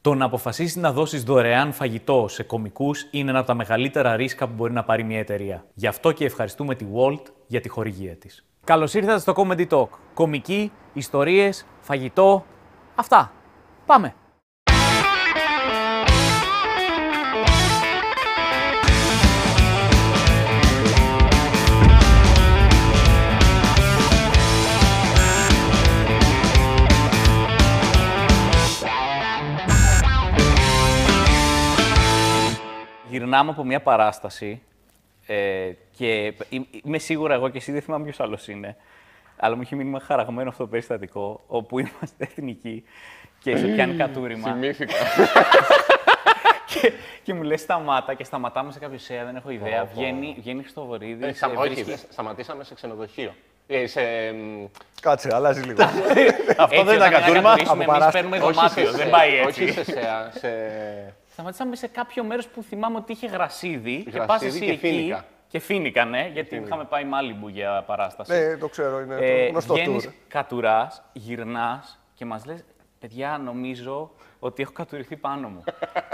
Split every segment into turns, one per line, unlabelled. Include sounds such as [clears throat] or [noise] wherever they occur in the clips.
Το να αποφασίσεις να δώσεις δωρεάν φαγητό σε κομικούς είναι ένα από τα μεγαλύτερα ρίσκα που μπορεί να πάρει μια εταιρεία. Γι' αυτό και ευχαριστούμε τη Walt για τη χορηγία της. Καλώς ήρθατε στο Comedy Talk. Κομική, ιστορίες, φαγητό. Αυτά. Πάμε. Γυρνάμε από μια παράσταση ε, και εί- είμαι σίγουρα εγώ και εσύ δεν θυμάμαι ποιος άλλος είναι. Αλλά μου έχει μείνει χαραγμένο αυτό το περιστατικό όπου είμαστε εθνικοί και σε πιάνει κατούριμα.
Θυμήθηκα.
και, και μου λέει σταμάτα και σταματάμε σε κάποιο σέα, δεν έχω ιδέα.
Πω, πω.
Βγαίνει, βγαίνει Χρυστοβορίδη.
Ε, σταμα- Όχι, δεν σταματήσαμε σε ξενοδοχείο. Ε, σε, μ,
Κάτσε, αλλάζει λίγο.
Αυτό
δεν ήταν κατούριμα, από
Εμείς
παράσταση.
παίρνουμε
όχι
δωμάτιο,
σε-
δεν πάει
Όχι
έτσι.
σε ΣΕΑ, σε...
Σταματήσαμε σε κάποιο μέρος που θυμάμαι ότι είχε γρασίδι. και
Γρασίδι
πας εσύ
και
εκεί.
φίνικα.
Και φίνικα, ναι, γιατί είχαμε πάει Μάλιμπου για παράσταση.
Ναι, το ξέρω, είναι το
Ε,
γνωστό
βγαίνεις,
tour.
κατουράς, γυρνάς και μας λες «Παιδιά, νομίζω ότι έχω κατουριθεί πάνω μου».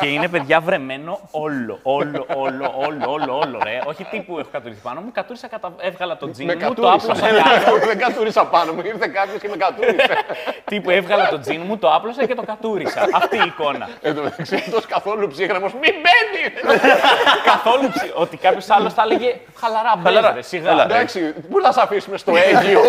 και είναι, παιδιά, βρεμένο όλο, όλο, όλο, όλο, όλο, όλο, ρε. Όχι τύπου έχω κατουριθεί πάνω μου, κατούρισα, κατα... έβγαλα το τζιν
Με
μου, το
κατούρισα.
άπλωσα κάτω.
[laughs] Δεν κατούρισα πάνω μου, ήρθε κάποιος και με κατούρισε.
τύπου έβγαλα το τζιν μου, το άπλωσα και το κατούρισα. Αυτή η εικόνα.
Εν τω μεταξύ, αυτό καθόλου ψύχρεμος. Μην μπαίνει!
Καθόλου ψη- ότι κάποιος άλλος θα έλεγε χαλαρά, μπλε, ρε, σιγά.
Εντάξει, πού θα σε αφήσουμε στο [laughs] Αίγυο.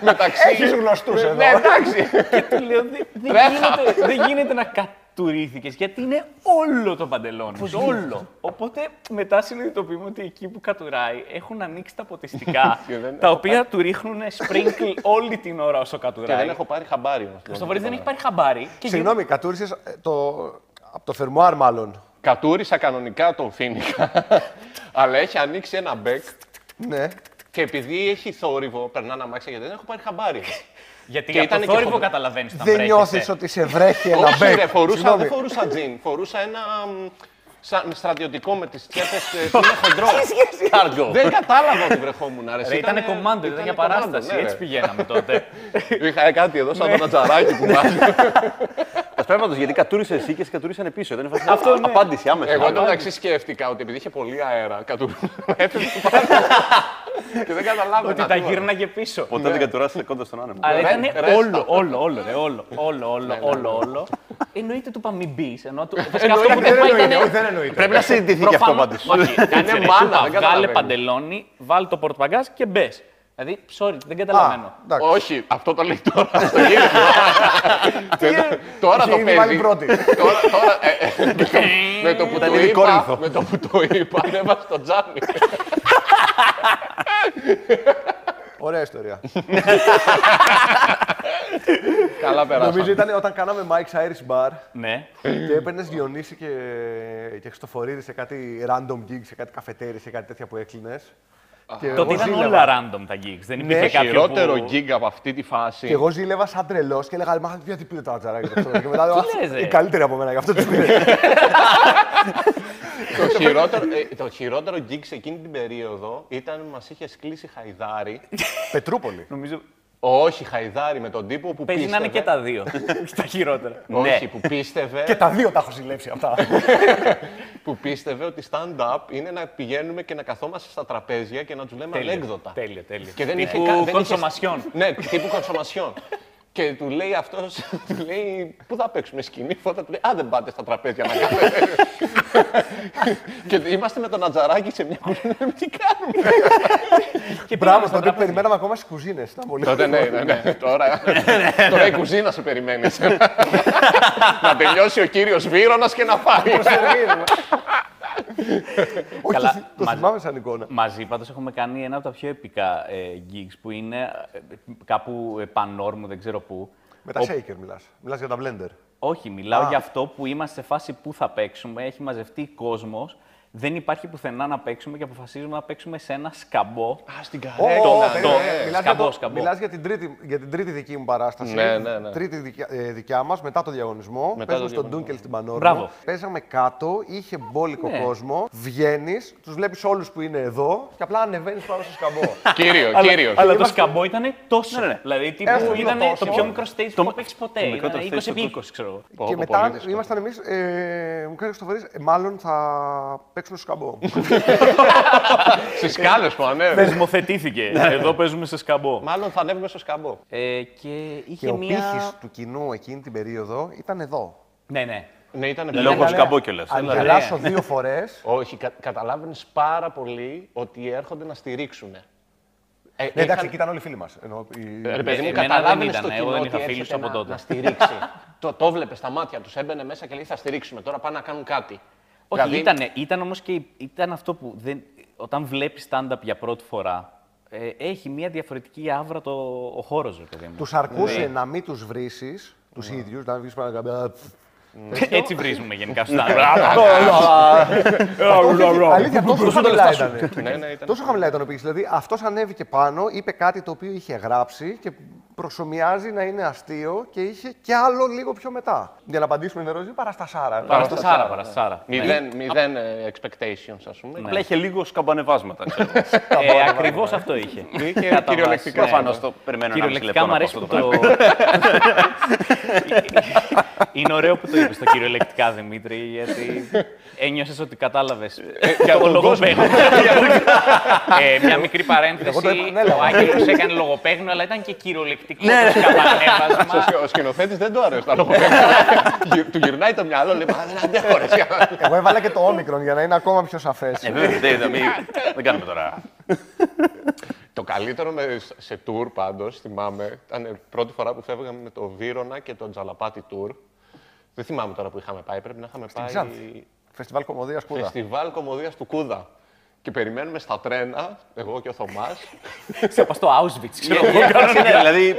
Μεταξύ.
Έχεις γνωστούς εδώ.
Ναι, εντάξει.
Και του λέω, «Δε- δεν γίνεται, δεν γίνεται να κατουρίθηκες, γιατί είναι όλο το παντελόνι σου, όλο. Οπότε μετά συνειδητοποιούμε ότι εκεί που κατουράει έχουν ανοίξει τα ποτιστικά,
Και δεν
τα
έχω
οποία του ρίχνουν sprinkle όλη την ώρα όσο
Και
κατουράει.
Ναι, δεν έχω πάρει χαμπάρι λοιπόν. όμω.
Στο βαρύ δεν έχει πάρει χαμπάρι. Και
Συγγνώμη, κατούρισες το... από το φερμοάρ, μάλλον.
Κατούρισα κανονικά τον Φίνικα, αλλά έχει ανοίξει ένα μπέκ
Ναι.
και επειδή έχει θόρυβο, περνάνε αμάξια γιατί δεν έχω πάρει χαμπάρι.
Γιατί
και
από το
ήταν και
θόρυβο
χοντρό.
καταλαβαίνεις όταν
Δεν
βρέχεσαι.
νιώθει ότι σε βρέχει ένα
Όχι, ρε,
μπέκ.
φορούσα,
Συγγνώμη.
δεν φορούσα τζιν. Φορούσα ένα μ, σαν στρατιωτικό με τις τσέπες [laughs] ε, που είναι χοντρό.
Κάργο.
δεν κατάλαβα ότι βρεχόμουν. Ρε,
Ρε, ήτανε κομμάντο, ήταν για παράσταση, έτσι
πήγε.
πηγαίναμε τότε.
ναι, Είχα ε, κάτι εδώ σαν ένα τζαράκι που βάζει.
Ασπρέμματο, γιατί κατούρισε εσύ και σε κατουρίσανε πίσω. Δεν έφαγε
Αυτό, ναι.
απάντηση άμεσα.
Εγώ το μεταξύ σκέφτηκα ότι επειδή είχε πολύ αέρα, κατού [laughs] έφυγε πάνω. Και δεν καταλάβαινα.
Ότι τα
τίποτα.
γύρναγε πίσω.
Ποτέ δεν κατουράσανε κοντά στον άνεμο.
Ναι. Αλλά
Ρε-
ήταν
ρε,
όλο,
στα-
όλο, όλο, ρε, όλο, όλο,
Ναι,
όλο, όλο, όλο. Εννοείται του είπα μην μπεις, ενώ
[laughs]
του... Βασικά αυτό
Εννοείται,
που δεν
δεν
πάει ήταν...
εννοείται,
Δεν εννοείται.
Πρέπει να συζητηθεί και αυτό
Προφανώς-
πάντως. [laughs]
[laughs]
Όχι, κάτσε
Είναι
ρε,
μάνα,
του είπα,
δεν
βγάλε
καταλαβαίνω.
παντελόνι, βάλε το πορτμπαγκάζ και μπες. Δηλαδή, sorry, δεν καταλαβαίνω.
εντάξει.
Όχι, αυτό το λέει τώρα στο [laughs] γύρισμα. Δεν το- Τώρα
είχε
το
ήδη βάλει
παίζει.
πρώτη.
Τώρα, τώρα, ε, [laughs] ε, με το- με το που
Ήταν
το
ήδη
είπα,
κόρινθο.
με το που το είπα, ανέβασε το τζάμι.
Ωραία ιστορία.
Καλά
Νομίζω
περάσαμε.
ήταν όταν κάναμε Mike's Irish Bar
Ναι.
και έπαιρνες Διονύση και, και Χριστοφορίδη σε κάτι random gig, σε κάτι καφετέρι, σε κάτι τέτοια που έκλεινες.
Τότε ήταν όλα random τα gigs. Δεν υπήρχε κάποιο.
Ναι, Χειρότερο
που...
γκίγκ από αυτή τη φάση.
Και εγώ ζήλευα σαν τρελός και έλεγα: Μα γιατί πήρε το τζαράκι αυτό. Και μετά λέω, «Ας,
λες, ρε».
Οι καλύτεροι από μένα, γι' αυτό τους πήρε.
[laughs]
Το χειρότερο, ε, το χειρότερο γκίγκ σε εκείνη την περίοδο ήταν που μας είχε κλείσει χαϊδάρι.
Πετρούπολη.
Νομίζω
Όχι, χαϊδάρι με τον τύπο που
παίζει να
πίστευε.
είναι και τα
[laughs]
δύο. τα χειρότερα.
Όχι,
Ναι.
που πίστευε.
Και Ε, τα δύο τα έχω ζηλέψει αυτά.
Ε,
που πίστευε ότι stand-up είναι να πηγαίνουμε και να καθόμαστε στα τραπέζια και να τους λέμε
Τέλειο,
ανέκδοτα.
τέλειο, τέλειο.
Και δεν
Τύπου
είχε κα- δεν είχε- [laughs]
κονσομασιόν.
Ναι, τύπου κονσομασιόν. και του λέει αυτός, του λέει, Πού θα παίξουμε σκηνή, φώτα του λέει, Α, δεν πάτε στα τραπέζια να κάνετε. και είμαστε με τον Ατζαράκη σε μια κουζίνα, λέμε, Τι κάνουμε.
Και πήγαμε
Μπράβο,
στα
τότε
τραπέζια.
περιμέναμε ακόμα στις κουζίνες. Ήταν πολύ
Τότε ναι, ναι, ναι. [laughs] Τώρα, τώρα η κουζίνα σε περιμένεις. [laughs] να τελειώσει ο κύριος Βίρονας και να φάει.
Όχι,
Καλά,
το
μαζί-
θυμάμαι σαν εικόνα.
Μαζί πάντως έχουμε κάνει ένα από τα πιο επικά ε, gigs που είναι ε, κάπου ε, πανόρμου, δεν ξέρω πού.
Με τα shaker μιλάς. Μιλάς για τα blender.
Όχι, μιλάω για αυτό που είμαστε σε φάση που θα παίξουμε. Έχει μαζευτεί κόσμος δεν υπάρχει πουθενά να παίξουμε και αποφασίζουμε να παίξουμε σε ένα σκαμπό.
Α, στην
Ω,
καρέκλα.
περίμενε,
το-
ε, μιλάς για
σκαμπό,
το-
σκαμπό.
Μιλάς για την τρίτη, για την τρίτη δική μου παράσταση.
Ναι, ναι, ναι.
Τρίτη δικιά, ε, δικιά μας, μετά το διαγωνισμό.
Μετά
παίζουμε
το
στον
διαγωνισμό.
Ντούνκελ στην Πανόρμα.
Μπράβο.
Παίζαμε κάτω, είχε μπόλικο
Ναι.
κόσμο. Βγαίνεις, τους βλέπεις όλους που είναι εδώ και απλά ανεβαίνεις πάνω στο σκαμπό.
Κύριο,
Αλλά,
κύριο.
αλλά το σκαμπό ήταν τόσο. Δηλαδή
Έχουμε
τύπου ήταν
τόσο.
το πιο μικρό stage που έχει ποτέ. Ήταν
μικρότερο
20
stage
επί
του
20, ξέρω εγώ.
Πω,
και
πω, πολύ
μετά
δύσκολο.
ήμασταν εμείς. Ε, μου κάνει το ε, μάλλον θα παίξουμε στο σκαμπό.
Στι κάλε που ανέβαινε.
Θεσμοθετήθηκε. Εδώ παίζουμε σε σκαμπό.
Μάλλον θα ανέβουμε στο σκαμπό.
Ε, και είχε
και ο
μία.
πύχης του κοινού εκείνη την περίοδο ήταν εδώ.
Ναι, ναι.
Ναι, ήταν
Λόγω σκαμπό κιόλας.
Αν γελάσω δύο φορές.
Όχι, κα, καταλάβαινες πάρα πολύ ότι έρχονται να στηρίξουν. Ε,
Ναι, εντάξει,
είχαν-
εκεί ήταν όλοι οι φίλοι μας.
Ε, Ρε παιδί μου,
Εμένα δεν
καταλάβαινες
ήταν, ε,
το
εγώ
κοινό
δεν
ότι
είχα φίλους
έρχεται
από
να,
τότε.
να
[laughs]
στηρίξει. το, το βλέπες στα μάτια τους, έμπαινε μέσα και λέει θα στηρίξουμε. Τώρα πάνε να κάνουν κάτι.
Όχι,
Δηλαδή,
ήταν, ήταν όμως και η- ήταν αυτό που δεν, όταν βλέπεις stand-up για πρώτη φορά, ε, έχει μια διαφορετική άβρα το, ο χώρος, ρε παιδί μου.
Τους
Ναι.
αρκούσε να μην τους βρίσει του ίδιους, να βγει πάνω καμιά.
Ε, Έτσι βρίζουμε γενικά
Ναι.
στο stand-up.
Αλήθεια, τόσο χαμηλά ήταν.
Ναι, ναι, ήταν.
Τόσο χαμηλά ήταν ο πύχης. Δηλαδή αυτός ανέβηκε πάνω, είπε κάτι το οποίο είχε γράψει και προσωμιάζει να είναι αστείο και είχε και άλλο λίγο πιο μετά. Για να απαντήσουμε την ερώτηση, παραστασάρα.
Παραστασάρα, παραστασάρα.
Μηδέν, μηδέν ε, expectations, ας πούμε.
Ναι.
Απλά είχε λίγο σκαμπανεβάσματα. ξέρω.
Ε, Ακριβώς αυτό είχε.
Είχε
Κατά βάση,
κυριολεκτικά
ναι.
Προφανώ το περιμένω ένα μισή λεπτό.
Κυριολεκτικά μου
να πω
αρέσει
αυτό
που
το
το.
πράγμα.
Είναι ωραίο που το είπες το κυριολεκτικά, Δημήτρη, γιατί ένιωσες ότι κατάλαβες. το λογοπαίγνιο. Ε, Μια μικρή παρένθεση.
το επανέλαβα.
Ο Άγγελος έκανε λογοπαίγνιο, αλλά ήταν και κυριολεκτικό το σκαμπανέβασμα.
Ο σκηνοθέτης δεν του αρέσει τα λογοπαίγνια. Γυ- Του γυρνάει το μυαλό, λέει «Μα δεν αντέχω ρε, εσύ».
Εγώ έβαλα και το όμικρον για να είναι ακόμα πιο σαφές.
Ε, βέβαια, δεν- δεν- μην- Δεν κάνουμε τώρα.
Το καλύτερο με, σε tour πάντως, θυμάμαι, ήταν η πρώτη φορά που φεύγαμε με το Βύρονα και το Τζαλαπάτι tour. Δεν θυμάμαι τώρα που είχαμε πάει, πρέπει να είχαμε πάει.
Ξάνθη. Φεστιβάλ κομμωδίας Κούδα.
Φεστιβάλ κομμωδίας του Κούδα. Και περιμένουμε στα τρένα, εγώ και ο Θωμάς,
[laughs]
[laughs]
Σε πα στο Auschwitz, ξέρω [laughs] εγώ.
Δηλαδή.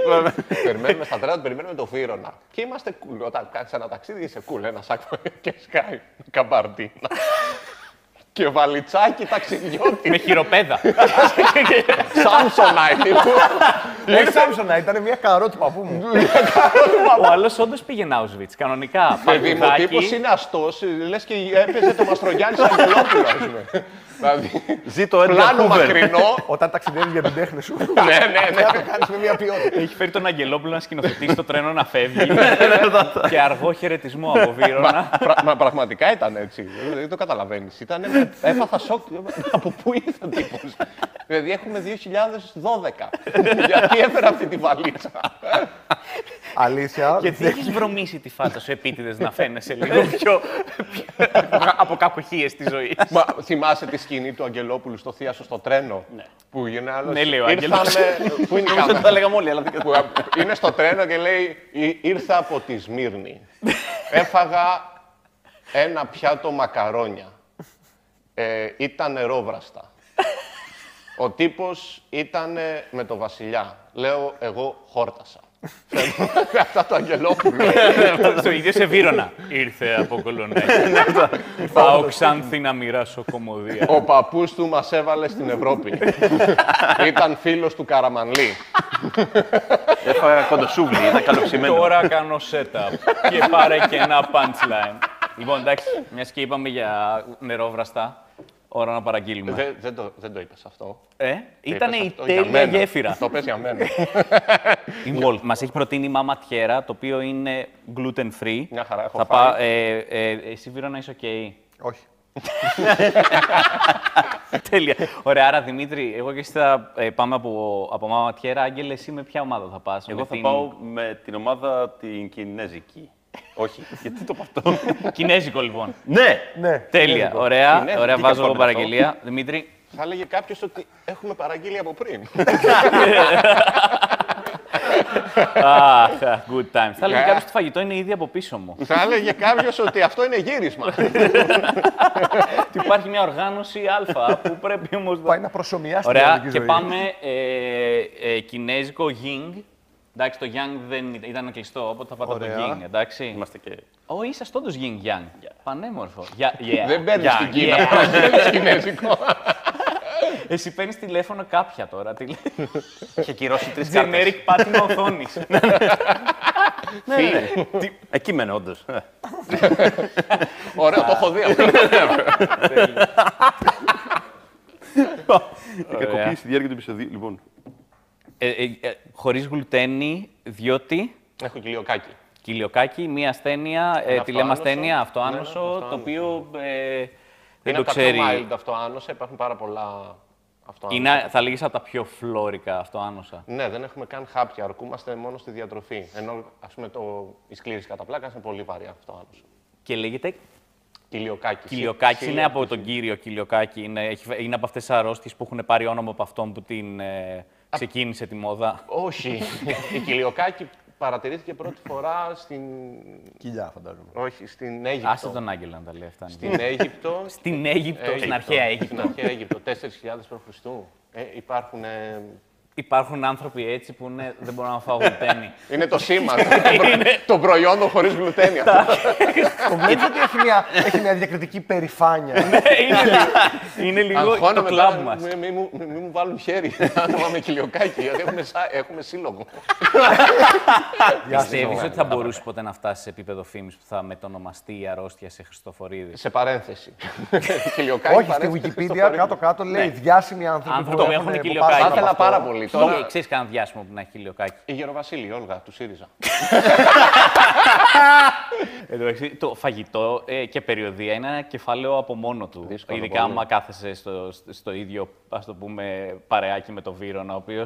περιμένουμε στα τρένα, περιμένουμε τον Βύρονα. Και είμαστε cool. Όταν κάνεις ένα ταξίδι είσαι cool, ένα σάκο [laughs] και σκάει καμπαρτίνα. και βαλιτσάκι ταξιδιώτη,
Με χειροπέδα.
Σάμσονα είναι.
Δεν Σάμψονα, ήταν μια καρότη παππού μου.
Ναι. Ο άλλος όντως πήγαινε Auschwitz, κανονικά.
Παιδί μου, ο
Παγουδάκι.
τύπος είναι αστός, λες και έπαιζε το Μαστρογιάννη σαν Αγγελόπουλο, ας πούμε. δηλαδή,
Ζήτω ένα
πλάνο
κούβερ.
μακρινό.
Όταν ταξιδεύει για την τέχνη σου,
ναι, ναι, ναι.
να το κάνεις με μια ποιότητα.
Έχει φέρει τον Αγγελόπουλο να σκηνοθετήσει το τρένο να [laughs] φεύγει. ναι, και αργό χαιρετισμό από Βύρονα.
Πρα- μα πραγματικά ήταν έτσι. Δεν το καταλαβαίνεις. Ήταν. Έπαθα σοκ. Από πού ήρθε ο τύπος. δηλαδή έχουμε 2012. Γιατί έφερα αυτή τη βαλίτσα.
Αλήθεια.
Γιατί έχεις βρωμίσει τη φάτα σου επίτηδες να φαίνεσαι
Ε.
λίγο πιο. πιο- από- από κακοχίε τη ζωή.
Μα, θυμάσαι τη σκηνή του Αγγελόπουλου στο Θεία σου στο τρένο. Που γυρνάει άλλος.
Ναι, λέει ο Άγγελος.
Πού είναι η
Νομίζω ότι
κάμερα.
τα λέγαμε όλοι, αλλά [laughs] δεν
που είναι στο τρένο και λέει «Ή- Ήρθα από τη Σμύρνη. Έφαγα ένα πιάτο μακαρόνια. Ε, ήταν νερόβραστα. Ο τύπος ήταν με το βασιλιά. Λέω, εγώ χόρτασα. Αυτά το Αγγελόπουλο.
Το ίδιο σε Βύρονα. Ναι, Ήρθε από [laughs] κολονάκι. Πάω ξάνθη να μοιράσω κομμωδία.
Ο παππούς του μας έβαλε στην Ευρώπη. Ήταν φίλος του Καραμανλή.
Έφαγα κοντοσούβλι, ήταν καλοψημένο.
Τώρα κάνω setup και πάρε και ένα punchline. Λοιπόν, εντάξει, μιας και είπαμε για νερόβραστα, ώρα να παραγγείλουμε.
Δεν δεν το, δεν το είπες αυτό.
Ε,
Το
ήταν
είπες
Ναι. η
αυτό για
τέλεια
μένα.
γέφυρα.
Το πες για μένα.
Μας έχει προτείνει η μάμα Τιέρα, το οποίο είναι gluten free.
Μια χαρά, έχω
Θα
φάει.
πάω, ε, ε, εσύ, Βύρο, να είσαι οκ.
Όχι.
[laughs] Τέλεια. Ωραία, άρα Δημήτρη, εγώ και εσύ θα ε, πάμε από, από μάμα Τιέρα. Άγγελε, εσύ με ποια ομάδα θα πας.
Εγώ
με
θα πάω με την ομάδα την Κινέζικη. Όχι, γιατί το είπα αυτό.
[laughs] Κινέζικο, λοιπόν.
Ναι,
Ναι.
Τέλεια. Ωραία,
Κινέζικο,
ωραία
τι
βάζω εγώ
κακό είναι
παραγγελία. Δημήτρη,
Θα έλεγε κάποιος ότι έχουμε παραγγείλει από πριν. [laughs]
αχ, αχ, good times. Θα έλεγε
Ναι.
κάποιος ότι το φαγητό είναι ήδη από πίσω μου.
Θα έλεγε κάποιος ότι αυτό είναι
[laughs]
γύρισμα.
Ότι υπάρχει μια οργάνωση α που πρέπει όμως να
Πάει να προσωμιάσει την
Ωραία,
ελληνική
και
ζωή.
πάμε ε, ε, κινέζικο Ying. Εντάξει, το Yang δεν ήταν, ήταν κλειστό, οπότε θα πάτε από το
Ωραία.
Ying, εντάξει.
είμαστε και.
Ω, είσαι όντω Ying Yang. Πανέμορφο. Για- yeah,
Δεν παίρνει
yeah,
την Κίνα,
yeah.
δεν παίρνει κινέζικο.
[laughs] Εσύ παίρνεις τηλέφωνο κάποια τώρα. Τι λέει.
Είχε κυρώσει τρεις κάρτες.
Generic πάτημα οθόνης. [laughs]
Ναι. Εκείμενε, όντω.
Ωραίο, το έχω δει. αυτό.
[laughs]
Η κακοποίηση στη διάρκεια του επεισοδίου. Λοιπόν,
Ε, Χωρί γλουτένι, διότι.
Έχω κοιλιοκάκι.
Κοιλιοκάκι, μία ασθένεια, ε, τη λέμε
αυτοάνωσο.
ασθένεια,
Ναι, ναι,
αυτοάνωσο, το
αυτοάνωσο.
οποίο ε, δεν
Είναι
το
από τα πιο
ξέρει.
mild αυτό άνοσα, υπάρχουν πάρα πολλά αυτό άνοσα.
Είναι, θα λέγεις από τα πιο φλόρικα αυτοάνοσα.
Ναι, δεν έχουμε καν χάπια, αρκούμαστε μόνο στη διατροφή. Ενώ ας πούμε το... η σκλήρης κατά πλάκα είναι πολύ βαρύ αυτό άνοσα.
Και λέγεται
Κοιλιοκάκι.
Κυλιοκάκη,
Σι-
είναι από τον κύριο Κυλιοκάκη. Είναι, έχει- είναι από αυτές τις αρρώστιες που έχουν πάρει όνομα από αυτόν που την ε, ξεκίνησε τη μόδα. [laughs]
Όχι. η κοιλιοκάκι παρατηρήθηκε πρώτη φορά στην.
Κοιλιά, φαντάζομαι.
Όχι, στην Αίγυπτο.
Άσε τον Άγγελο να τα λέει αυτά.
Στην Αίγυπτο.
Στην Αίγυπτο, στην αρχαία
Στην
Αίγυπτο.
αρχαία Αίγυπτο, 4.000 π.Χ. Ε, υπάρχουν. ε,
Υπάρχουν άνθρωποι έτσι που είναι, δεν μπορούν να φάγουν γλουτένι.
Είναι το σήμα. το προϊόντο χωρί γλουτένια.
Το βλέπεις ότι έχει μια, έχει μια διακριτική
[laughs]
περηφάνεια.
Ε, είναι, λίγο- είναι λίγο το
Αγχώνομαι
κλαμπ
τώρα,
μας.
μη- μη μου- μη- Μη μου βάλουν χέρι [laughs] άνομα με κοιλιοκάκι, γιατί έχουμε σα- έχουμε σύλλογο.
Πιστεύει ότι θα μπορούσε ποτέ να φτάσει σε επίπεδο φήμης που θα μετονομαστεί η αρρώστια σε Χριστοφορίδη.
Σε παρένθεση. Κοιλιοκάκι.
Όχι, στη
παρένθεση, στο
Wikipedia
χωρί.
κάτω-κάτω λέει διάσημοι άνθρωποι,
Ναι. Άνθρωποι που έχουν
έχουν-
κοιλιοκάκι.
πάσχουν
Θα
πάνω
ήθελα
από
πάρα
αυτό.
πολύ.
Τώρα...
Τώρα
Ξέρεις κανένα διάσημο που να έχει χιλιοκάκι.
η Γεροβασίλη, η Όλγα, του ΣΥΡΙΖΑ.
Εν τω μεταξύ, το φαγητό ε, και περιοδία είναι ένα κεφάλαιο από μόνο του.
Δύσκολο
Ειδικά
πολύ.
άμα κάθεσαι στο, στο ίδιο, ας το πούμε, παρεάκι με τον Βύρονα, ο οποίος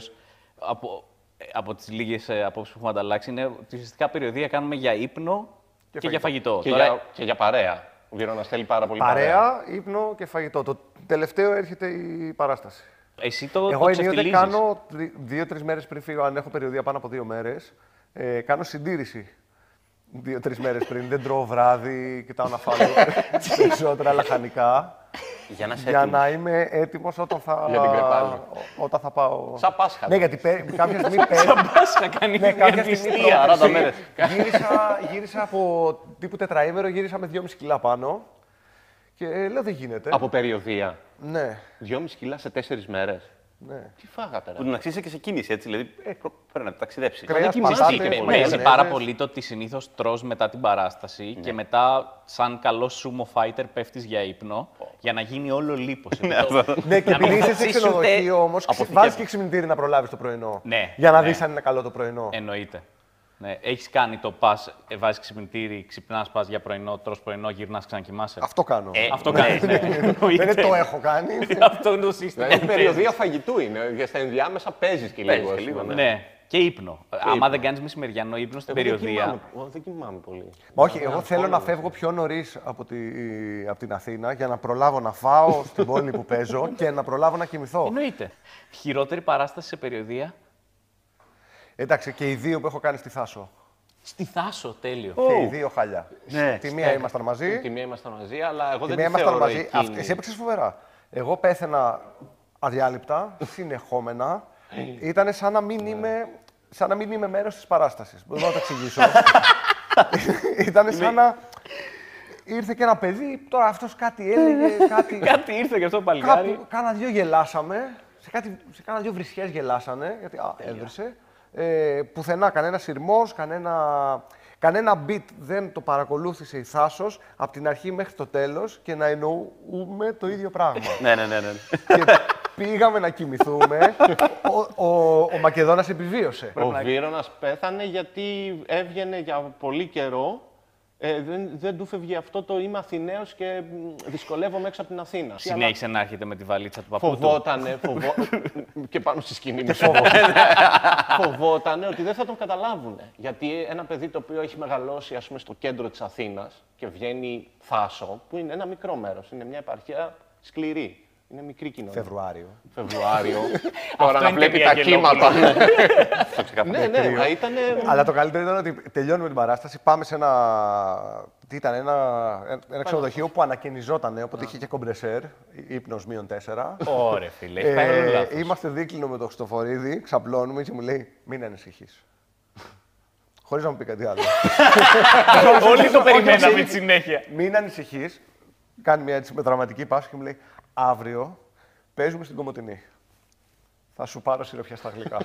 από, ε, από τις λίγες ε, απόψεις που έχουμε ανταλλάξει είναι ότι ουσιαστικά περιοδία κάνουμε για ύπνο και, για φαγητό.
Και
Τώρα,
για- Και για παρέα. Ο Βίρονα θέλει πάρα πολύ
Παρέα, ύπνο και φαγητό. Το τελευταίο έρχεται η παράσταση.
εσύ το,
Εγώ
το
ενίοτε
ξεφτιλίζεις. [laughs]
κάνω τρι- δύο-τρει μέρες πριν φύγω, αν έχω περιοδία πάνω από δύο μέρες, ε, κάνω συντήρηση. Δύο-τρει μέρες πριν. Δεν τρώω βράδυ, κοιτάω να φάω περισσότερα λαχανικά.
για να σε
για
έτοιμος.
να είμαι έτοιμος όταν θα.
Για την κρεπάλη.
ό- όταν θα πάω.
Σαν Πάσχα. δηλαδή.
Ναι, γιατί πέ- κάποια στιγμή πέρυσι.
Πάσα κάνεις
Ναι,
μια
κάποια στιγμή
δυστία.
πέρυσι
40 μέρες.
Γύρισα, γύρισα από τύπου τετραήμερο, γύρισα με 2,5 κιλά πάνω. Και ε, λέω δεν γίνεται.
Από περιοδία.
Ναι,
2,5 κιλά σε 4 μέρες.
ναι.
Τι φάγατε,
[laughs]
ρε.
Που την αξίζει και σε κίνηση, έτσι. Δηλαδή προ- πρέπει να ταξιδέψεις.
Κρέας,
κοιμηθεί
πατάτες,
και πολύ.
Ναι,
ε.
είναι
μαγιονέζες.
πάρα πολύ το ότι συνήθως τρώ μετά την παράσταση και μετά, σαν καλό sumo fighter, πέφτεις για ύπνο για να γίνει όλο λίπος.
Ναι, και επειδή είσαι σε
ψήσεις
ξενοδοχείο
ούτε-
όμως, βάζεις και ξυπνητήρι να προλάβεις το πρωινό.
Ναι,
Για να
ναι. Ε,
δεις αν είναι καλό το πρωινό.
Εννοείται. Ναι, έχεις κάνει το πας, βάζεις ξυπνητήρι, ξυπνάς, πας για πρωινό, τρώ πρωινό, γυρνάς, ξανακοιμάσαι.
Αυτό κάνω.
ε,
Ναι,
Αυτό ναι. κάνει.
Δεν είναι το έχω
[laughs]
κάνει.
Αυτό είναι το σύστημα.
Δηλαδή περιοδία φαγητού είναι. για Στα ενδιάμεσα παίζεις και λίγο.
Παίζεις και
ας πούμε,
λίγο,
ναι.
Ναι, και ύπνο.
ύπνο.
Άμα δεν κάνεις μεσημεριανό ύπνο στην
Εγώ δεν
περιοδία.
κοιμάμαι- εγώ Δεν κοιμάμαι πολύ.
Μα όχι, εγώ θέλω να φεύγω πιο νωρίς από, τη, από την Αθήνα για να προλάβω να φάω στην πόλη που παίζω και να προλάβω να κοιμηθώ.
Εννοείται. Χειρότερη παράσταση σε περιοδία.
Εντάξει, και οι δύο που έχω κάνει στη Θάσο.
Στη Θάσο, τέλειο.
Και οι δύο χαλιά.
Ναι.
Τη
Ε.
μία ήμασταν μαζί,
Τη μία ήμασταν μαζί, αλλά εγώ
Ε? τη
δεν
μία
τη
ήμασταν
θεωρώ
μαζί.
εκείνη.
Εσύ έπαιξες φοβερά. Εγώ πέθαινα αδιάλειπτα,
[clears throat]
συνεχόμενα. Ήταν σαν να
Ναι.
μην είμαι, σαν να μην είμαι μέρος της παράστασης. Μπορώ να το εξηγήσω.
[laughs]
Ήταν σαν να... Ήρθε και ένα παιδί, τώρα αυτός κάτι
[laughs]
έλεγε, κάτι...
Κάτι ήρθε και αυτό το παλικάρι.
Κάπου κάνα δυο γελάσαμε. Σε, κάτι, σε κάνα δυο βρισιές γελάσανε, γιατί α, έβρισε. Ε, πουθενά, κανένα σειρμός, κανένα, κανένα beat δεν το παρακολούθησε η Θάσος από την αρχή μέχρι το τέλος και να εννοούμε το ίδιο πράγμα.
[laughs] Ναι, ναι, ναι. ναι.
και πήγαμε να κοιμηθούμε. ο, ο, ο Μακεδόνας επιβίωσε.
Ο Βίρονας πέθανε γιατί έβγαινε για πολύ καιρό. Ε, δεν, δεν του φεύγει αυτό το είμαι Αθηναίος και μ, δυσκολεύομαι έξω από την Αθήνα.
Συνέχισε να έρχεται με τη βαλίτσα του παππού του.
Φοβότανε,
[laughs]
φοβό... και πάνω στη σκηνή μου. [laughs] φοβότανε ότι δεν θα τον καταλάβουν. Γιατί ένα παιδί το οποίο έχει μεγαλώσει ας πούμε, στο κέντρο της Αθήνας και βγαίνει Θάσο, που είναι ένα μικρό μέρος, είναι μια επαρχία σκληρή. Είναι μικρή κοινωνία.
Φεβρουάριο.
Φεβρουάριο. Τώρα να
είναι
βλέπει
και
τα
Αγγελόπουλο.
κύματα.
Το ξεκάθαρο.
ναι, ναι, θα ήταν.
Αλλά το καλύτερο ήταν ότι τελειώνουμε την παράσταση, πάμε σε ένα. Τι ήταν, ένα, ένα ξενοδοχείο που ανακαινιζόταν, οπότε είχε και κομπρεσέρ, ύπνος μείον 4.
Ωρε φίλε, έχει πάει όλο
ε,
λάθος.
Ε, είμαστε δίκλινο με το Χριστοφορίδη, ξαπλώνουμε και μου λέει: Μην ανησυχείς. Χωρίς να μου πει κάτι άλλο.
[laughs] Όλοι το
όχι,
περιμέναμε
όχι.
τη συνέχεια.
Μην ανησυχείς. Κάνει μια έτσι με δραματική πάση και μου λέει: Αύριο παίζουμε στην Κομωτινή. Θα σου πάρω σιροφιαστά
[laughs]
γλυκά.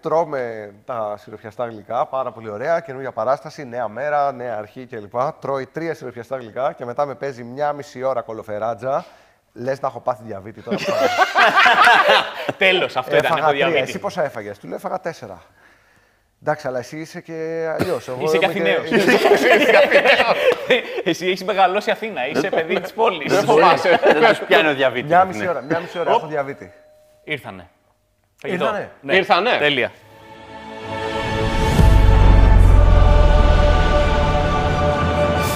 Τρώμε τα σιροφιαστά γλυκά, πάρα πολύ ωραία, καινούργια παράσταση, νέα μέρα, νέα αρχή κλπ. Τρώει τρία σιροφιαστά γλυκά και μετά με παίζει μια μισή ώρα κολοφεράτζα. Λες να έχω πάθει διαβήτη
[laughs]
τώρα.
Τέλος,
Ε,
αυτό ήταν.
Έφαγα
Έχω
Ε, τρία.
διαβήτη.
Εσύ πόσα έφαγες. Του λέω: Έφαγα τέσσερα. Εντάξει, αλλά εσύ είσαι και αλλιώς.
[laughs] Είσαι και Αθηναίος.
Ε,
Εσύ έχεις μεγαλώσει Αθήνα, είσαι παιδί της πόλης.
Δεν φοβάσαι. Δεν του πιάνει ο διαβήτης.
Μια
Ναι.
μισή ώρα, μια μισή ώρα έχω διαβήτη.
Ήρθανε.
Ήρθανε.
Ναι.
Ήρθανε.
Τέλεια.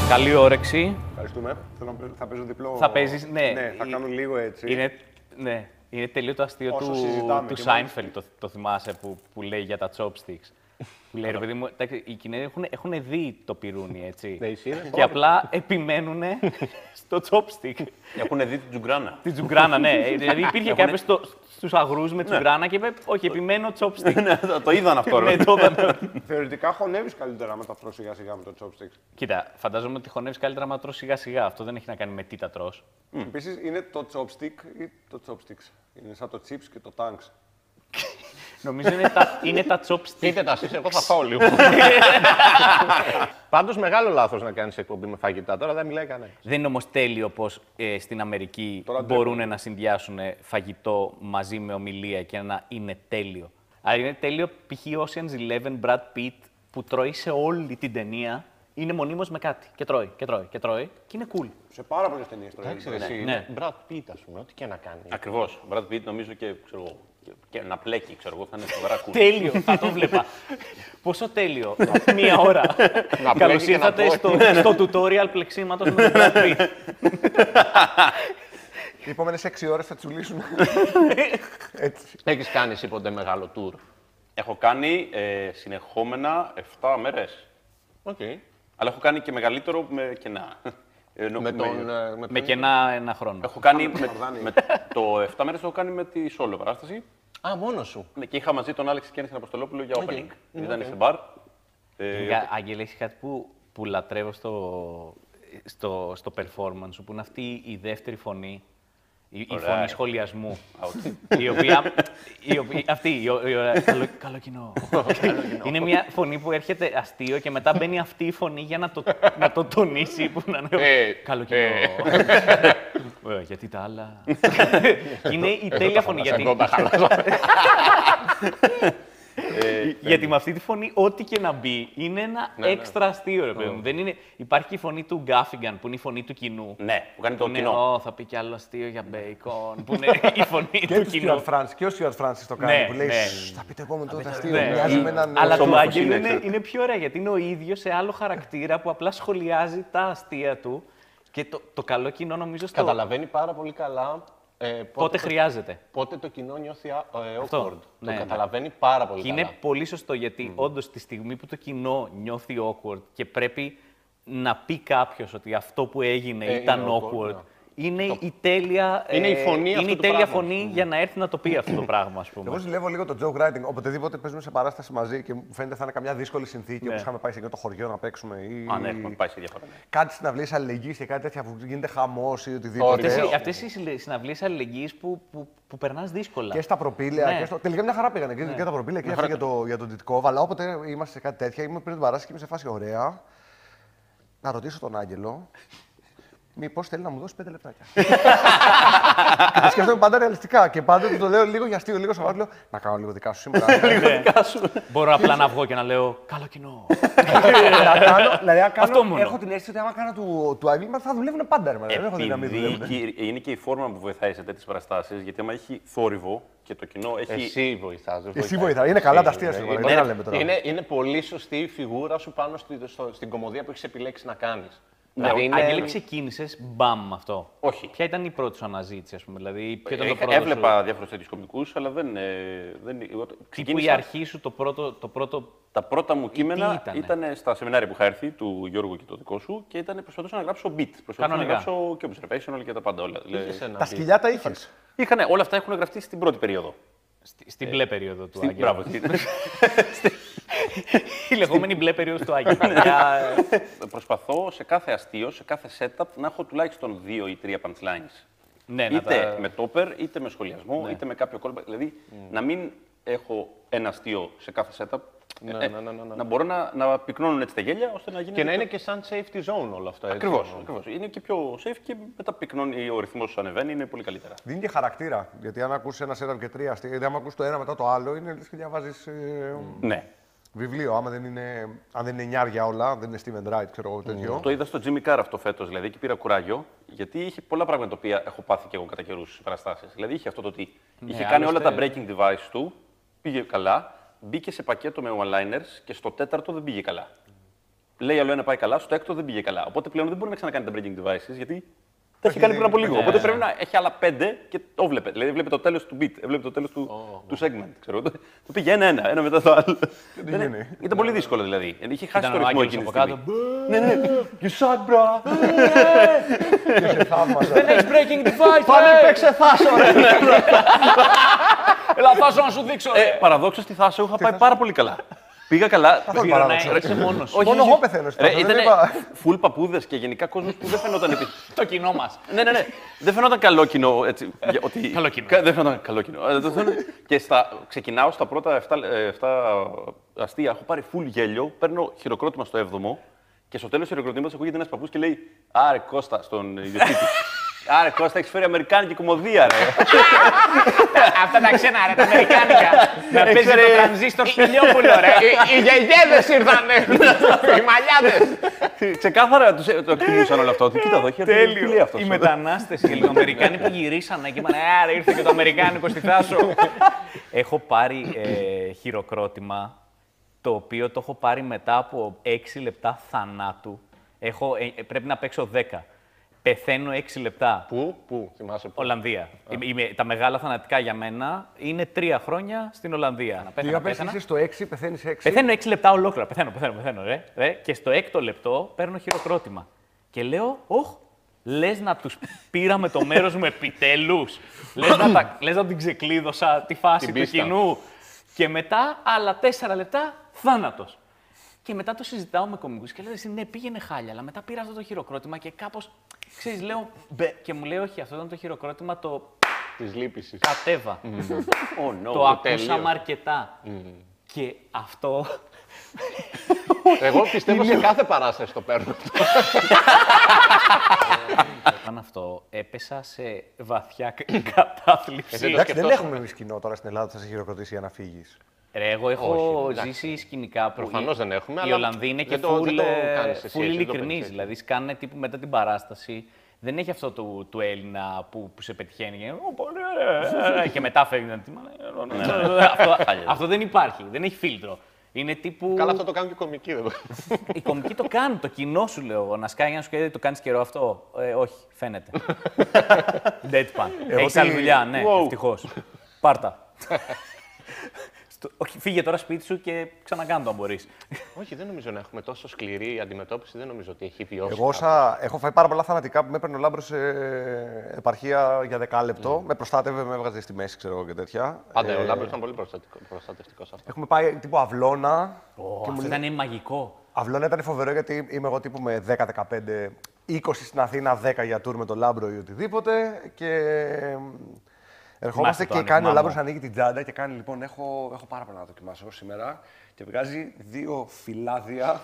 Καλή όρεξη.
Ευχαριστούμε. Θέλω να παίζω- θα παίζω διπλό.
Θα παίζεις, ναι.
θα
Η-
κάνω λίγο έτσι.
Είναι, ναι, είναι τελείω το αστείο
Όσο
του,
συζητάμε
του
και μόλις-
Σάινφελ, το, το θυμάσαι, που, που λέει για τα chopsticks. που λέει, ρε παιδί μου, εντάξει, οι Κινέζοι έχουν, έχουν δει το πυρούνι, έτσι.
Ναι, εσύ είναι
και απλά επιμένουν στο chopstick.
Έχουν δει την Τζουγκράνα.
Τη τζουγκράνα, ναι. Ε, Δηλαδή υπήρχε κάποιος στο, στους αγρούς με τζουγκράνα και είπε: Όχι, επιμένω chopstick.
[laughs] Ναι, το το είδαν αυτό. ρε.
Ναι. Ναι, το είδαμε.
Θεωρητικά χωνεύεις καλύτερα άμα τα τρως σιγά σιγά με το chopsticks.
Κοίτα, φαντάζομαι ότι χωνεύεις καλύτερα να τρως σιγά σιγά. Αυτό δεν έχει να κάνει με τι τα τρως.
Επίσης είναι το chopstick ή το chopsticks. Είναι σαν το chips και το tanks.
Νομίζω είναι τα, είναι τα chopstick.
Πείτε τα εσείς, εγώ θα φάω λίγο. Πάντως μεγάλο λάθος να κάνεις εκπομπή με φαγητά, τώρα δεν μιλάει κανένας.
[laughs] δεν είναι όμως τέλειο πώ στην Αμερική
Τώρα
μπορούν να συνδυάσουν ε, φαγητό μαζί με ομιλία και να είναι τέλειο. Αλλά είναι τέλειο π.χ. Ocean's Eleven, Brad Pitt, που τρώει σε όλη την ταινία. Είναι μονίμως με κάτι. Και τρώει, και τρώει, και τρώει. Και είναι cool.
Σε πάρα πολλές ταινίες τώρα.
Εντάξει, ρε, εσύ,
Ναι.
Brad Pitt, ας πούμε, ό,τι και να κάνει.
Ακριβώς. Brad Pitt νομίζω και ξέρω εγώ. και- Και να πλέκει, ξέρω εγώ, θα είναι φοβερά cool.
Τέλειο, θα το βλέπα. Πόσο τέλειο. Μία ώρα.
Να
Καλώ
πλέγει και να
ήρθατε
τρώει.
στο, στο tutorial πλεξίματος με τον Brad Pitt.
Οι επόμενες 6 ώρες θα
[laughs]
τσουλήσουν. Έτσι.
Έχεις κάνει εσύ ποτέ μεγάλο tour.
Έχω κάνει ε, συνεχόμενα 7 μέρες.
Οκ.
Αλλά έχω κάνει και μεγαλύτερο με κενά. Ενώ
Με
με-
τον... ε, με
με
τον-
κενά ένα χρόνο.
Έχω κάνει με, με, το 7 μέρες έχω κάνει με τη solo παράσταση.
Α, μόνος σου.
Ναι, Και είχα μαζί τον Άλεξ Κέννη Αποστολόπουλο για
Οκ.
opening.
Ναι,
Ήταν
οκ.
σε μπαρ. Ε,
Γενικά, Άγγελε, έχεις κάτι που, που λατρεύω στο, στο, στο performance σου, που είναι αυτή η δεύτερη φωνή. Η, η
Ωραία.
φωνή σχολιασμού. η οποία. Η, οποία- αυτή. Η, ο- η ωραία- καλό, καλό κοινό. είναι μια φωνή που έρχεται αστείο και μετά μπαίνει αυτή η φωνή για να το, να το τονίσει. Που να είναι,
Ε,
καλό κοινό. Ε, γιατί τα άλλα. είναι η τέλεια φωνή. γιατί,
Εγώ Ε, τα χάλασα.
Γιατί με αυτή τη φωνή, ό,τι και να μπει, είναι ένα έξτρα αστείο, ρε παιδί μου. Δεν είναι... Υπάρχει και η φωνή του Γκάφιγκαν, που είναι η φωνή του κοινού.
ναι, που κάνει
Που
το
είναι,
κοινό.
«Ω, θα πει κι άλλο αστείο για μπέικον. που είναι η φωνή
Και
του
του Stuart
κοινού.
Francis. Και ο Stuart Francis το κάνει.
Ναι,
που λέει,
ναι.
«Σ, θα πείτε επόμενο τότε αστείο.
Ναι.
Μοιάζει με έναν...
Αλλά το
Σόμορφος
Άγγελ
είναι,
είναι,
ξέρω.
είναι πιο ωραία γιατί είναι ο ίδιος σε άλλο χαρακτήρα που απλά σχολιάζει τα αστεία του και το, το καλό κοινό νομίζω στο
[laughs] Καταλαβαίνει πάρα πολύ καλά ε, πότε,
πότε
το-
χρειάζεται.
πότε το κοινό νιώθει α- ε,
Αυτό.
awkward.
Ναι,
το
ναι.
καταλαβαίνει πάρα πολύ
Και
καλά.
είναι
[laughs]
πολύ σωστό γιατί όντως τη στιγμή που το κοινό νιώθει awkward και πρέπει να πει κάποιος ότι αυτό που έγινε
Ε,
ήταν
είναι awkward,
awkward.
ναι.
Είναι η τέλεια, ε,
Είναι η φωνή αυτού
είναι η
του
τέλεια
πράγματος.
φωνή για να έρθει να το πει αυτό το πράγμα, ας πούμε.
Εγώ ζηλεύω λίγο το joke writing. Οποτεδήποτε παίζουμε σε παράσταση μαζί και μου φαίνεται θα είναι καμιά δύσκολη συνθήκη όπως είχαμε πάει σε εκείνο το χωριό να παίξουμε. Ή...
Αν Ναι, έχουμε πάει σε διαφορά.
Κάτι συναυλίες αλληλεγγύης και κάτι τέτοια που γίνεται χαμός ή
Αυτές,
οτιδήποτε.
οι- αυτές οι συνε- συναυλίες αλληλεγγύης που, που, που περνάς δύσκολα.
Και στα προπήλαια.
Ναι.
Και στο... Τελικά μια χαρά πήγανε. Και, και τα προπήλαια και αυτή για, το, για τον Τιτκόβα. Αλλά όποτε είμαστε σε κάτι τέτοια, ήμουν πριν την παράσταση και είμαι σε φάση ωραία. Να ρωτήσω τον Άγγελο, μήπως θέλει να μου δώσει πέντε λεπτάκια. και το σκέφτομαι πάντα ρεαλιστικά. Και πάντα του το λέω λίγο για αστείο, λίγο σοβαρό. Λέω, Να κάνω λίγο δικά σου σήμερα.
Ναι.
Μπορώ απλά να βγω και να λέω «Καλό κοινό».
να κάνω, [laughs] δηλαδή, αν
Αυτό
κάνω,
μόνο.
έχω την αίσθηση ότι άμα κάνω του, του Άγγελμα θα δουλεύουν πάντα. Ρε, μάνα. δεν έχω δει να μην
Επειδή
δουλεύουν.
και- είναι και η φόρμα που βοηθάει σε τέτοιες παραστάσεις, γιατί άμα έχει θόρυβο και το κοινό έχει.
Εσύ βοηθάς. δεν
Εσύ βοηθάς. Είναι καλά τα αστεία σου.
Ε,
μάνα.
ε,
Δεν τα
ναι,
λέμε τώρα.
Είναι, είναι πολύ σωστή η φιγούρα σου πάνω στη, στο, στην κομμωδία που έχεις επιλέξει να κάνεις.
Δηλαδή, Αγγέλη, ξεκίνησες μπαμ με αυτό.
Όχι.
Ποια ήταν η πρώτη σου αναζήτηση, ας πούμε, δηλαδή, ποιο ήταν το
Έχα-
πρώτο σου-
Έβλεπα διάφορους τέτοιους κομικούς, αλλά δεν. ε, δεν εγώ το-
Τύπου η
ξεκίνησα-
αρχή σου, το πρώτο, το πρώτο
Τα πρώτα μου κείμενα
ήτανε?
ήταν στα σεμινάρια που είχα έρθει του Γιώργου και το δικό σου και ήταν προσπαθούσα να γράψω beat. Προσπαθούσα να
Κανονικά.
γράψω και observational και τα πάντα όλα. Δηλαδή,
Τα σκυλιά τα είχες.
είχα, ναι, όλα αυτά έχουν γραφτεί στην πρώτη περίοδο.
Ε,
Στη- Στην μπλε περίοδο του
Στην,
Άγγελα.
μπράβο, στην-
[laughs] Η λεγόμενη μπλε περίοδος του
[laughs]
Άγγελ.
Ναι.
Μια-
Προσπαθώ σε κάθε αστείο, σε κάθε setup να έχω τουλάχιστον δύο ή τρία punchlines.
Ναι, να
είτε
τα-
με τόπερ, είτε με σχολιασμό,
Ναι.
είτε με κάποιο κόλπα. Δηλαδή να μην έχω ένα αστείο σε κάθε setup.
Ναι,
Ε, ε,
ναι, ναι, ναι, ναι.
Να μπορώ να, να πυκνώνουν έτσι τα γέλια ώστε να γίνει.
Και να είναι και σαν safety zone όλα αυτά. έτσι.
Ακριβώς. Είναι και πιο safe και μετά πυκνώνει ο ρυθμός σου ανεβαίνει, είναι πολύ καλύτερα.
Δίνει και χαρακτήρα. Γιατί αν ακούσει ένα setup και τρία, αστεία, γιατί άμα ακούσει το ένα μετά το άλλο, είναι λες και διαβάζεις
Ναι.
βιβλίο. Άμα δεν είναι, αν δεν είναι νιάρια όλα, δεν είναι Steven Wright, ξέρω εγώ τέτοιο.
Το είδα στο Jimmy Carr αυτό φέτος δηλαδή και πήρα κουράγιο, γιατί είχε πολλά πράγματα τα οποία έχω πάθει και εγώ κατά καιρούς στις παραστάσεις. Δηλαδή είχε αυτό το ότι
Ναι,
είχε κάνει όλα τα breaking device του, πήγε καλά, μπήκε σε πακέτο με one-liners και στο τέταρτο δεν πήγε καλά. Λέει άλλο ένα πάει καλά, στο έκτο δεν πήγε καλά. Οπότε πλέον δεν μπορεί να ξανακάνει τα breaking devices, γιατί τα έχει κάνει πριν από λίγο. Οπότε πρέπει να έχει άλλα πέντε και το βλέπετε. Δηλαδή βλέπει το τέλος του beat, βλέπει το τέλος του, του segment. Ξέρω. εγώ. Το, το πήγε ένα-ένα, ένα μετά το
[laughs]
άλλο. Δεν-
γίνει.
Ήταν πολύ δύσκολο δηλαδή. Είχε χάσει
Ήταν
το
ο
ρυθμό
Άγγελος
εκείνη τη
από
στιγμή.
κάτω.
θαύμαζα. ναι.
Δεν έχεις breaking device!
Πάμε
ρε!
παίξε θάσο, ρε.
[laughs] Έλα, θάσω να σου δείξω. ρε.
Ε, παραδόξω στη θάσο, είχα πάει πάρα πολύ καλά. Πήγα καλά.
Καθόλου
Πήρα να
παράδοξο.
έρθει μόνο.
Μόνο εγώ πεθαίνω στη
Ρε,
θάσο, δεν
ήταν
είπα.
φουλ παππούδες και γενικά κόσμος που δεν φαινόταν. επι-
Το κοινό μας.
ναι, ναι, ναι. Δεν φαινόταν καλό κοινό. Έτσι, για- ότι...
Καλό κοινό.
Κα- Δεν φαινόταν καλό κοινό. Ε, δεν φαινόταν- και στα... ξεκινάω στα πρώτα 7, αστεία. Έχω πάρει full γέλιο. Παίρνω χειροκρότημα στο 7ο και στο τέλος χειροκροτήματος ακούγεται ένας παππούς και λέει Άρε Κώστα στον ιδιοκτήτη. Άρε Κώστα, έχεις φέρει Αμερικάνικη κομμωδία,
[laughs]
ρε.
Αυτά τα ξένα, ρε, τα
[laughs]
αμερικάνικα. Να
Ε,
παίζει
Έξερε.
το τρανζίστορ σπηλιόπουλο, ρε.
Οι- Οι γιαγιέδες
[laughs]
ήρθανε. Οι μαλλιάδες.
Ξεκάθαρα τους, ε, το εκτιμούσαν όλο αυτό. Ότι, Κοίτα εδώ, έχει έρθει
Τέλειο.
λέει αυτός».
Οι μετανάστες οι Ελληνοαμερικάνοι που γυρίσανε και είπαν Άρα ήρθε και το Αμερικάνικο στη θάσο. [laughs] έχω πάρει ε, χειροκρότημα το οποίο το έχω πάρει μετά από 6 λεπτά θανάτου. Έχω, ε, ε, πρέπει να παίξω 10. Πεθαίνω 6 λεπτά.
Πού, πού, θυμάσαι πού.
Ολλανδία. Είμαι- είμαι- τα μεγάλα θανατικά για μένα είναι τρία χρόνια στην Ολλανδία. Να πέθανα,
Πήγα πέσει
πέθανα.
είσαι στο 6, πεθαίνει 6.
Πεθαίνω 6 λεπτά ολόκληρα. Πεθαίνω, πεθαίνω, πεθαίνω. Ρε, ρε. Και στο έκτο λεπτό παίρνω χειροκρότημα. Και λέω, Ωχ, λες να τους πήραμε το μέρος μου επιτέλους. λες να, τα- λες να την ξεκλείδωσα τη φάση του
πίστα.
κοινού. Και μετά άλλα 4 λεπτά θάνατος. Και μετά το συζητάω με κομικούς και λέω: Εσύ ναι, πήγαινε χάλια, αλλά μετά πήρα αυτό το χειροκρότημα και κάπως. Ξέρεις, λέω. «Μπε». Και μου λέει: Όχι, αυτό ήταν το χειροκρότημα το
Της λύπησης.
κατέβα.
Oh, no.
Το
τέλειο.
ακούσαμε αρκετά. Και αυτό
Εγώ πιστεύω σε κάθε παράσταση το παίρνω.
Πάνω αυτό, έπεσα σε βαθιά κα- [laughs]
Ε,
κατάθλιψη.
Εντάξει, δεν έχουμε εμείς κοινό τώρα στην Ελλάδα που θα σε χειροκροτήσει για να φύγεις.
Ρε, εγώ έχω
Όχι, εντάξει.
ζήσει σκηνικά που.
Προφανώς
οι-
δεν έχουμε,
Οι
αλλά
Ολλανδοί είναι και
δεν το- δεν
full,
το
ε,
κάνεις εσύ, έτσι,
full
δεν το
ειλικρινεί.
παίρνεις
Δηλαδή, σκάνε τύπου μετά την παράσταση. Δεν έχει αυτό του, του Έλληνα που, που σε πετυχαίνει και, «Ω, πολύ ωραία», ε, και μετά φεύγει να τη ναι,
[laughs]
αυτό, αυτό δεν υπάρχει, δεν έχει φίλτρο. Είναι τύπου.
Καλά, αυτό το κάνουν και κομικοί. δεν το-
Οι κομικοί το κάνουν, το κοινό σου λέω εγώ. Να σκάει ένα σου και λέει, το κάνεις καιρό αυτό. Ε, όχι,
[laughs]
φαίνεται. Deadpan. Έχεις άλλη δουλειά, ναι, wow. ευτυχώς.
[laughs]
Πάρτα. Στο- όχι, φύγε τώρα σπίτι σου και ξανακάνω το αν μπορείς.
[laughs] Όχι, δεν νομίζω να έχουμε τόσο σκληρή αντιμετώπιση. Δεν νομίζω ότι έχει βιώσει.
Εγώ όσα έχω φάει πάρα πολλά θανατικά που με έπαιρνε ο Λάμπρος σε επαρχία για
Ναι.
δεκάλεπτο. Με προστάτευε, με έβγαζε στη μέση, ξέρω εγώ και τέτοια.
Πάντα ο
Ε,
Λάμπερ ήταν πολύ προστατευτικός αυτός.
Έχουμε πάει τύπου αυλώνα.
αυτό ήταν μαγικό.
Αυλώνα ήταν φοβερό γιατί είμαι εγώ τύπου με 10-15, 20 στην Αθήνα, 10 για τουρ με τον Λάμπρο ή οτιδήποτε. Και εμ, ερχόμαστε
το
και
άνοιγμά
κάνει ο
μου.
Λάμπρος ανοίγει την τσάντα και κάνει λοιπόν: Έχω, έχω πάρα πολλά να δοκιμάσω σήμερα. Και βγάζει δύο φυλάδια.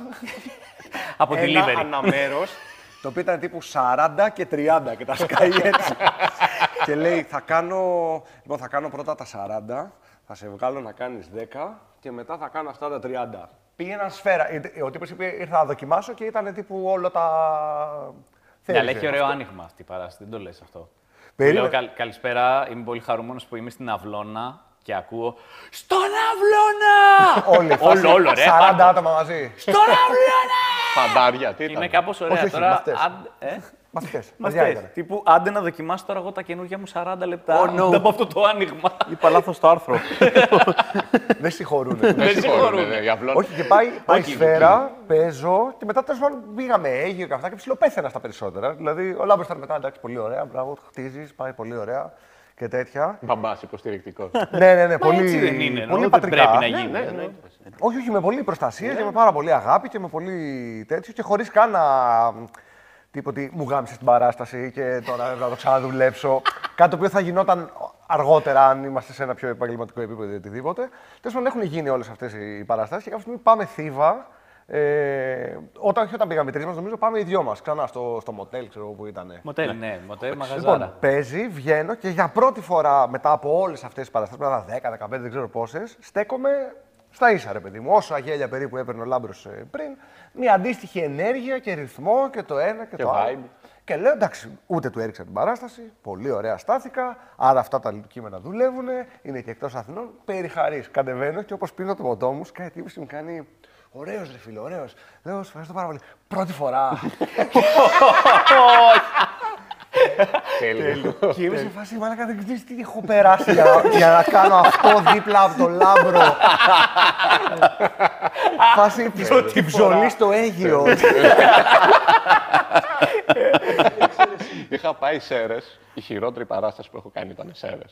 Από
ένα
delivery.
αναμέρος, [laughs] το οποίο ήταν τύπου 40 και 30 και τα σκάει
[laughs]
έτσι. και λέει, θα κάνω, λοιπόν, θα κάνω πρώτα τα 40, θα σε βγάλω να κάνεις 10 και μετά θα κάνω αυτά τα 30. Πήγαιναν σφαίρα. Ε, Ο τύπος είπε, ήρθα να δοκιμάσω και ήταν τύπου όλα τα...
Ναι, αλλά
θέλησε.
έχει ωραίο άνοιγμα αυτή η παράσταση, δεν το λες αυτό.
Περίμενε.
Λέω, «Καλ- καλησπέρα, είμαι πολύ χαρούμενος που είμαι στην Αυλώνα και ακούω. Στον Αυλώνα!
Όλη η
[laughs]
φάση,
όλο, όλο, ρε.
40
πάρ' το.
άτομα μαζί.
Στον Αυλώνα!
Φαντάρια, τι
Είμαι
ήταν.
κάπως ωραία
Όχι, όχι,
τώρα.
μαθητές.
αν- ε?
Μαθητές. παιδιά
Μαθητές.
ήταν.
Τύπου άντε να δοκιμάσω τώρα εγώ τα καινούργια μου 40 λεπτά. Oh, no. από αυτό το άνοιγμα.
Είπα λάθος το άρθρο.
Δεν
[laughs]
συγχωρούν.
Δεν συγχωρούν.
συγχωρούνε.
ναι, οι αυλώνες.
Όχι, και
[laughs]
πάει, πάει σφαίρα, παίζω και μετά τέλος πάντων πήγαμε έγιο και αυτά και ψιλοπέθαινα στα περισσότερα. Δηλαδή, ο Λάμπρος ήταν μετά εντάξει, πολύ ωραία, μπράβο, χτίζεις, πάει πολύ ωραία. και τέτοια.
Μπαμπάς
[laughs]
υποστηρικτικός.
ναι, ναι, ναι. Πολύ,
έτσι δεν είναι, εννοώ
πολύ
ότι
πατρικά.
πρέπει να γίνει.
ναι, ναι.
Όχι, όχι, με πολλή προστασία και με πάρα πολύ αγάπη και με πολύ τέτοιο και χωρίς καν να. μ, Τύπο ότι μου γάμισε την παράσταση και τώρα πρέπει να το ξαναδουλέψω. Κάτι το οποίο θα γινόταν αργότερα, αν είμαστε σε ένα πιο επαγγελματικό επίπεδο ή οτιδήποτε. Τέλος πάντων, έχουν γίνει όλες αυτές οι παραστάσεις και κάποια στιγμή πάμε θύβα. Ε, όταν, όχι όταν πήγαμε τρεις μας, νομίζω πάμε οι δυο μας ξανά στο, στο μοτέλ, ξέρω εγώ που ήταν.
Μοτέλ, ναι, μοτέλ,
Λοιπόν,
μαγαζάρα.
παίζει, βγαίνω και για πρώτη φορά μετά από όλες αυτές τις παραστάσεις, μετά 10, 15, δεν ξέρω πόσες, στέκομαι στα ίσα, ρε παιδί μου. Όσα γέλια περίπου έπαιρνε ο Λάμπρος πριν, μια αντίστοιχη ενέργεια και ρυθμό και το ένα και, το άλλο. Και λέω εντάξει, ούτε του έριξα την παράσταση. Πολύ ωραία στάθηκα. Άρα αυτά τα κείμενα δουλεύουν. Είναι και εκτός Αθηνών. Περιχαρής. Κατεβαίνω και όπως πίνω το ποτό μου, σκάει τύπηση μου κάνει. Ωραίος ρε φίλο, ωραίος. Λέω, σε ευχαριστώ πάρα πολύ. Πρώτη φορά.
Τέλειο.
Και είμαι
Ε,
σε φάση, μάλακα δεν ξέρεις τι έχω περάσει για,
[laughs]
για να κάνω αυτό δίπλα από το λάμπρο.
Ε,
φάση της, της ψωλής στο Αίγυο.
Είχα πάει Σέρε. Η χειρότερη παράσταση που έχω κάνει ήταν Σέρε.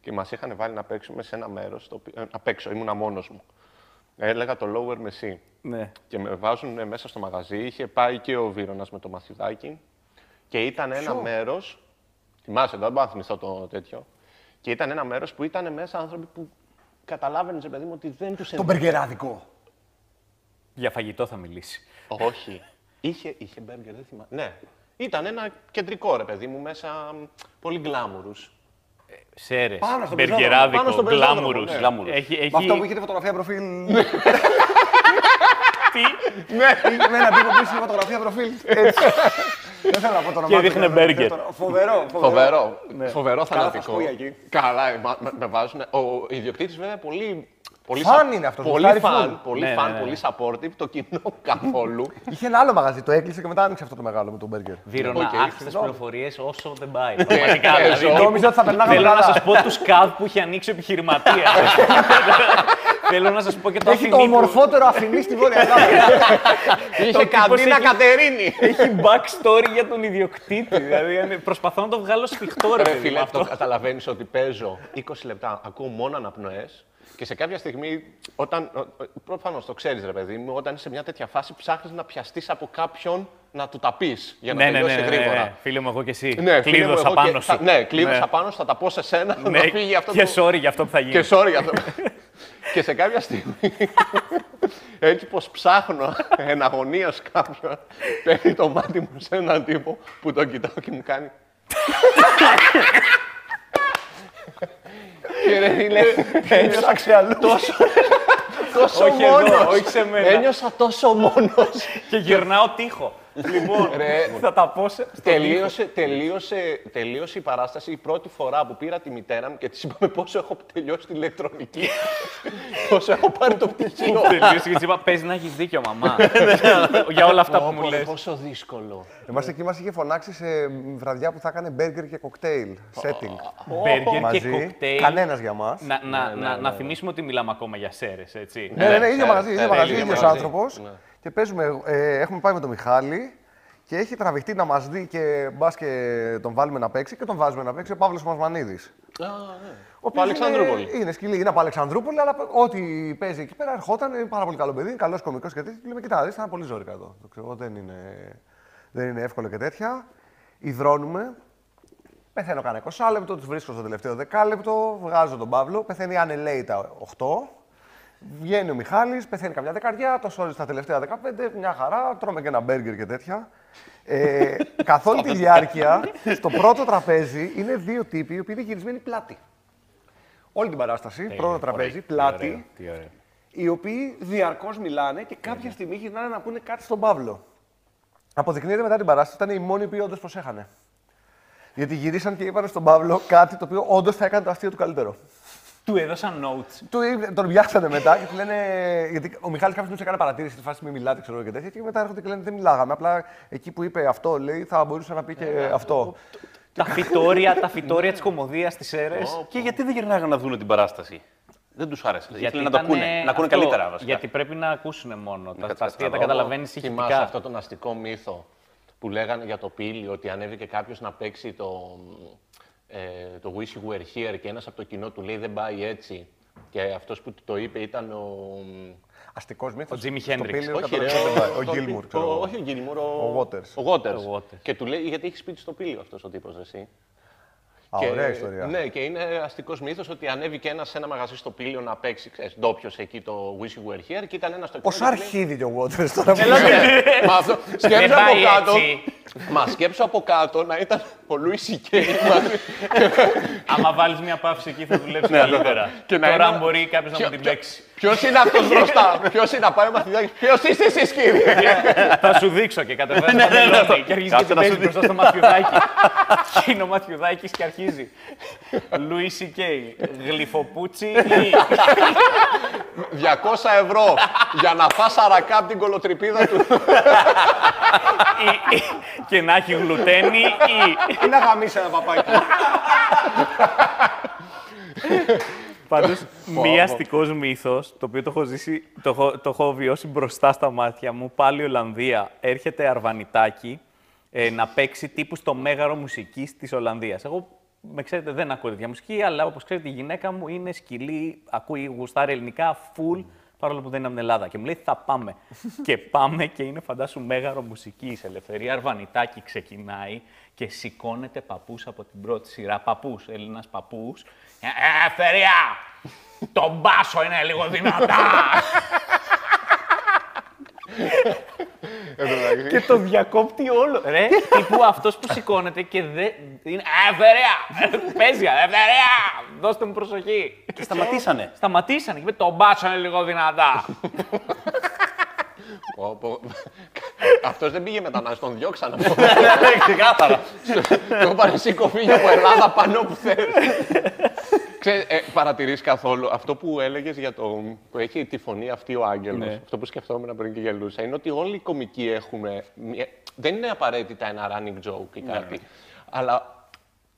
Και μας είχαν βάλει να παίξουμε σε ένα μέρος. ε, Απ' έξω, ήμουνα μόνος μου. Έλεγα το lower με C.
Ναι.
Και με βάζουν ε, μέσα στο μαγαζί. Είχε πάει και ο Βίρονας με το μαθηδάκι. Και ήταν ένα μέρος. Θυμάσαι, δεν μπορώ να θυμηθώ το τέτοιο. Και ήταν ένα μέρος που ήταν μέσα άνθρωποι που καταλάβαινε, παιδί μου, ότι δεν τους
το μπεργκεράδικο.
Για φαγητό θα μιλήσει.
Όχι. Είχε, είχε μπέργκερ, δεν θυμάμαι. Ναι. Ήταν ένα κεντρικό ρε παιδί μου μέσα μ, πολύ γκλάμουρους.
Ε, Σέρε,
Πάνω στον πεζόδρομο, πάνω
μπεργεράδικο,
στον πεζόδρομο,
γκλάμουρου.
ναι.
Έχει, έχει...
Με αυτό που είχε τη φωτογραφία προφίλ.
[laughs]
Ναι.
Τι- [laughs]
με έναν τύπο που είχε τη φωτογραφία προφίλ. έτσι. δεν θέλω να πω το όνομά
Και
του,
δείχνε
δεν θέλω να
μπέργκερ.
πω τώρα. Φοβερό, φοβερό.
Φοβερό. Φοβερό
Καλά, θα
θανατικό.
σου πω για εκεί.
Καλά, ε, μα- με, με βάζουν. Ο ιδιοκτήτης βέβαια πολύ. Πολύ
Φαν
σα-
είναι αυτός,
Πολύ
γουστάρει
φαν,
full.
πολύ
Ναι, ναι,
φαν,
ναι.
πολύ supportive, το κοινό [laughs] καθόλου.
Είχε ένα άλλο μαγαζί, το έκλεισε και μετά άνοιξε αυτό το μεγάλο με τον μπέργκερ.
Βίρονα
Οκ,
άχθητες
συγγνώμη. Ναι.
πληροφορίες όσο δεν πάει. Πραγματικά, δηλαδή,
Ε, ζω.
Νόμιζα ότι θα περνάγαμε
Θέλω να
καλά.
σας πω τους καβ που είχε ανοίξει ο επιχειρηματίας. Θέλω να σας πω και το
Έχει
αφηνί
το
του.
ομορφότερο αφηνί στη Βόρεια Ελλάδα.
Είχε
τύπος
καμπίνα
έχει-
Κατερίνη.
Έχει backstory για τον ιδιοκτήτη. δηλαδή, είναι- προσπαθώ να το βγάλω σφιχτό ρε
Ρε
παιδί μου
φίλε, το
αυτό.
καταλαβαίνεις ότι παίζω 20 λεπτά, ακούω μόνο αναπνοές και σε κάποια στιγμή, όταν. Προφανώς το ξέρεις, ρε παιδί μου, όταν είσαι σε μια τέτοια φάση, ψάχνεις να πιαστείς από κάποιον να του τα πεις για
Ναι,
να
ναι, ναι,
τελειώσει
ναι, ναι,
γρήγορα.
ναι. Φίλε μου, εγώ και εσύ.
Ναι, φίλε μου,
Κλείδωσα
εγώ
πάνω
και- θα-
σου.
Ναι, κλείδωσα πάνω σου, θα τα πω σε σένα, [laughs]
Ναι,
να φύγει αυτό
Και
το-
sorry για αυτό που θα γίνει.
Και sorry για αυτό. [laughs] και σε κάποια στιγμή, [laughs] έτσι πως ψάχνω εναγωνίως κάποιον, παίρνει το μάτι μου σε έναν τύπο που τον κοιτάω και μου κάνει... [laughs] και ρε φίλε, ένιωσα τόσο, τόσο
Όχι εδώ,
μόνος.
όχι σε μένα.
Ένιωσα τόσο μόνος.
Και γυρνάω τείχο.
[laughs]
Λοιπόν,
Ρε.
θα τα πω σε... στο
Τελείωσε, τελείωσε, τελείωσε η παράσταση η πρώτη φορά που πήρα τη μητέρα μου και της είπαμε πόσο έχω τελειώσει την ηλεκτρονική.
[laughs]
πόσο έχω πάρει το πτυχίο.
τείχο. Τελείωσε και της είπα, πες να έχεις δίκιο,
[laughs]
μαμά.
Ναι,
Για όλα αυτά που μου
Πω,
λες.
Πόσο δύσκολο.
Εμάς εκεί μας είχε φωνάξει σε βραδιά που θα έκανε μπέργκερ και κοκτέιλ. Setting.
Μπέργκερ και
μαζί.
κοκτέιλ. Ναι,
Κανένας για μας.
Να,
Ναι,
να, να, να θυμίσουμε ότι μιλάμε ακόμα για σέρες, έτσι.
Ναι, ναι, ναι, ίδιο μαγαζί, ίδιο
ναι,
μαγαζί,
ίδιο
ίδιος
μαγαζί.
άνθρωπος. Και παίζουμε, ε, έχουμε πάει με τον Μιχάλη και έχει τραβηχτεί να μας δει και μπας και τον βάλουμε να παίξει και τον βάζουμε να παίξει ο Παύλος Μασμανίδη. Ο οποίος
Αλεξανδρούπολη.
Είναι, είναι σκυλή, είναι από Αλεξανδρούπολη, αλλά ό,τι παίζει εκεί πέρα ερχόταν. Είναι πάρα πολύ καλό παιδί, καλό κωμικό και τέτοιο. Και Λέμε, κοιτά, δεις, θα είναι πολύ ζώρικα εδώ. Το ξέρω, δεν είναι, δεν είναι εύκολο και τέτοια. Υδρώνουμε. Πεθαίνω κανένα 20 λεπτό, τους βρίσκω στο τελευταίο δεκάλεπτο, βγάζω τον Παύλο, πεθαίνει ανελέητα 8. Βγαίνει ο Μιχάλης, πεθαίνει καμιά δεκαριά, το σώζει στα τελευταία 15, μια χαρά, τρώμε και ένα μπέργκερ και τέτοια. Ε, καθ' όλη τη διάρκεια, στο πρώτο τραπέζι είναι δύο τύποι οι οποίοι είναι γυρισμένοι πλάτη. Όλη την παράσταση, πρώτο τραπέζι, πλάτη, οι οποίοι διαρκώς μιλάνε και κάποια στιγμή γυρνάνε να πούνε κάτι στον Παύλο. Αποδεικνύεται μετά την παράσταση ήταν οι μόνοι οι οποίοι όντως προσέχανε. Γιατί γυρίσαν και είπαν στον Παύλο κάτι το οποίο όντως θα έκανε το αστείο του καλύτερο.
Του έδωσαν notes.
Του, είπ- τον πιάσανε μετά και του λένε. Γιατί ο Μιχάλης κάποια στιγμή έκανε παρατήρηση στη φάση μη μιλάτε, ξέρω εγώ και τέτοια. Και μετά έρχονται και λένε δεν μιλάγαμε. Απλά εκεί που είπε αυτό, λέει, θα μπορούσε να πει και αυτό.
τα φυτόρια, τα φυτόρια της κομμωδίας της ΣΕΡΕΣ.
Και γιατί δεν γυρνάγανε να δουν την παράσταση. Δεν τους άρεσε. Γιατί να τα
ήταν,
ακούνε.
ε,
Να ακούνε
αυτό,
καλύτερα βασικά.
Γιατί πρέπει να ακούσουν μόνο. Τα,
κάτσε,
τα αστεία τα
καταλαβαίνω.
καταλαβαίνεις
Θυμάσαι
ηχητικά.
αυτό τον αστικό μύθο που λέγανε για το πύλη ότι ανέβηκε κάποιος να παίξει το. ε, το Wish You Were Here και ένας από το κοινό του λέει δεν πάει έτσι. Και αυτός που του το είπε ήταν ο...
Αστικός μύθος.
Ο Jimi Hendrix.
Όχι, ρε,
Ο
το-
Γκίλμουρ.
το- Όχι ο Gilmour, ο...
Ο Waters.
Ο Waters.
Ο Waters.
Και του λέει γιατί έχεις σπίτι στο πύλιο αυτός ο τύπος, ρε, εσύ.
Α, ωραία ιστορία.
Ναι, και είναι αστικός μύθος ότι ανέβηκε ένας σε ένα μαγαζί στο πύλιο να παίξει. Ξέρεις, ντόπιος εκεί το Wish You Were Here και ήταν ένας στο κοινό.
Πόσο
και του λέει,
αρχίδι και ο Waters τώρα που λέει.
«Ναι, Μα αυτό. Σκέψου
Δεν
από
πάει
κάτω.
έτσι.
Μα σκέψου από κάτω να ήταν ο Λουί μαζί.
Άμα βάλεις μια παύση εκεί θα δουλέψεις καλύτερα.
Ναι, Και να
Τώρα
είναι-
μπορεί κάποιος να μου την παίξει.
Ποιος είναι αυτός μπροστά, ποιος είναι να πάει μαθητάκι, ποιο είστε εσείς κύριε.
Θα σου δείξω και
Ναι,
κατεβαίνει το μελόνι και αρχίζει και
Κάτσε
την
να σου
παίζει μπροστά στο Μαθιουδάκη. και είναι ο Μαθιουδάκης και αρχίζει. Λουίς Σικέι, γλυφοπούτσι ή...
200 ευρώ για να φας αρακά από την κολοτρυπίδα του.
ή- ή- και να έχει γλουτένι ή...
Ή να γαμίσει ένα παπάκι.
Πάντως, μία αστικός μύθος, το οποίο το έχω ζήσει, το έχω, το έχω βιώσει μπροστά στα μάτια μου, πάλι Ολλανδία. Έρχεται αρβανιτάκι ε, να παίξει τύπου στο μέγαρο μουσικής της Ολλανδίας. Εγώ, με ξέρετε, δεν ακούω τέτοια μουσική, αλλά όπως ξέρετε, η γυναίκα μου είναι σκυλή, ακούει γουστάρει ελληνικά, full, παρόλο που δεν είναι από την Ελλάδα. Και μου λέει, θα πάμε. και πάμε και είναι φαντάσου μέγαρο μουσικής. Ελευθερία αρβανιτάκι ξεκινάει και σηκώνεται παππούς από την πρώτη σειρά. Παππούς, Έλληνας παππούς. ε, Ελευθερία! Το μπάσο είναι λίγο δυνατά! και το διακόπτει όλο. Ρε, τύπου αυτός που σηκώνεται και δεν... Είναι «Ελευθερία! Παίζει, ελευθερία! Δώστε μου προσοχή!
Και σταματήσανε.
Σταματήσανε και είπε το μπάσο είναι λίγο δυνατά.
Αυτός δεν πήγε μετανάστη, τον διώξανε. Ναι, Ξεκάθαρα. Το είπαν εσύ κοφίγια από Ελλάδα πάνω που θε. Παρατηρεί ε, καθόλου αυτό που έλεγες για το. που έχει τη φωνή αυτή ο Άγγελος. Αυτό που σκεφτόμουν πριν και γελούσα είναι ότι όλοι οι κομικοί έχουμε. μια- Δεν είναι απαραίτητα ένα running joke ή κάτι. Αλλά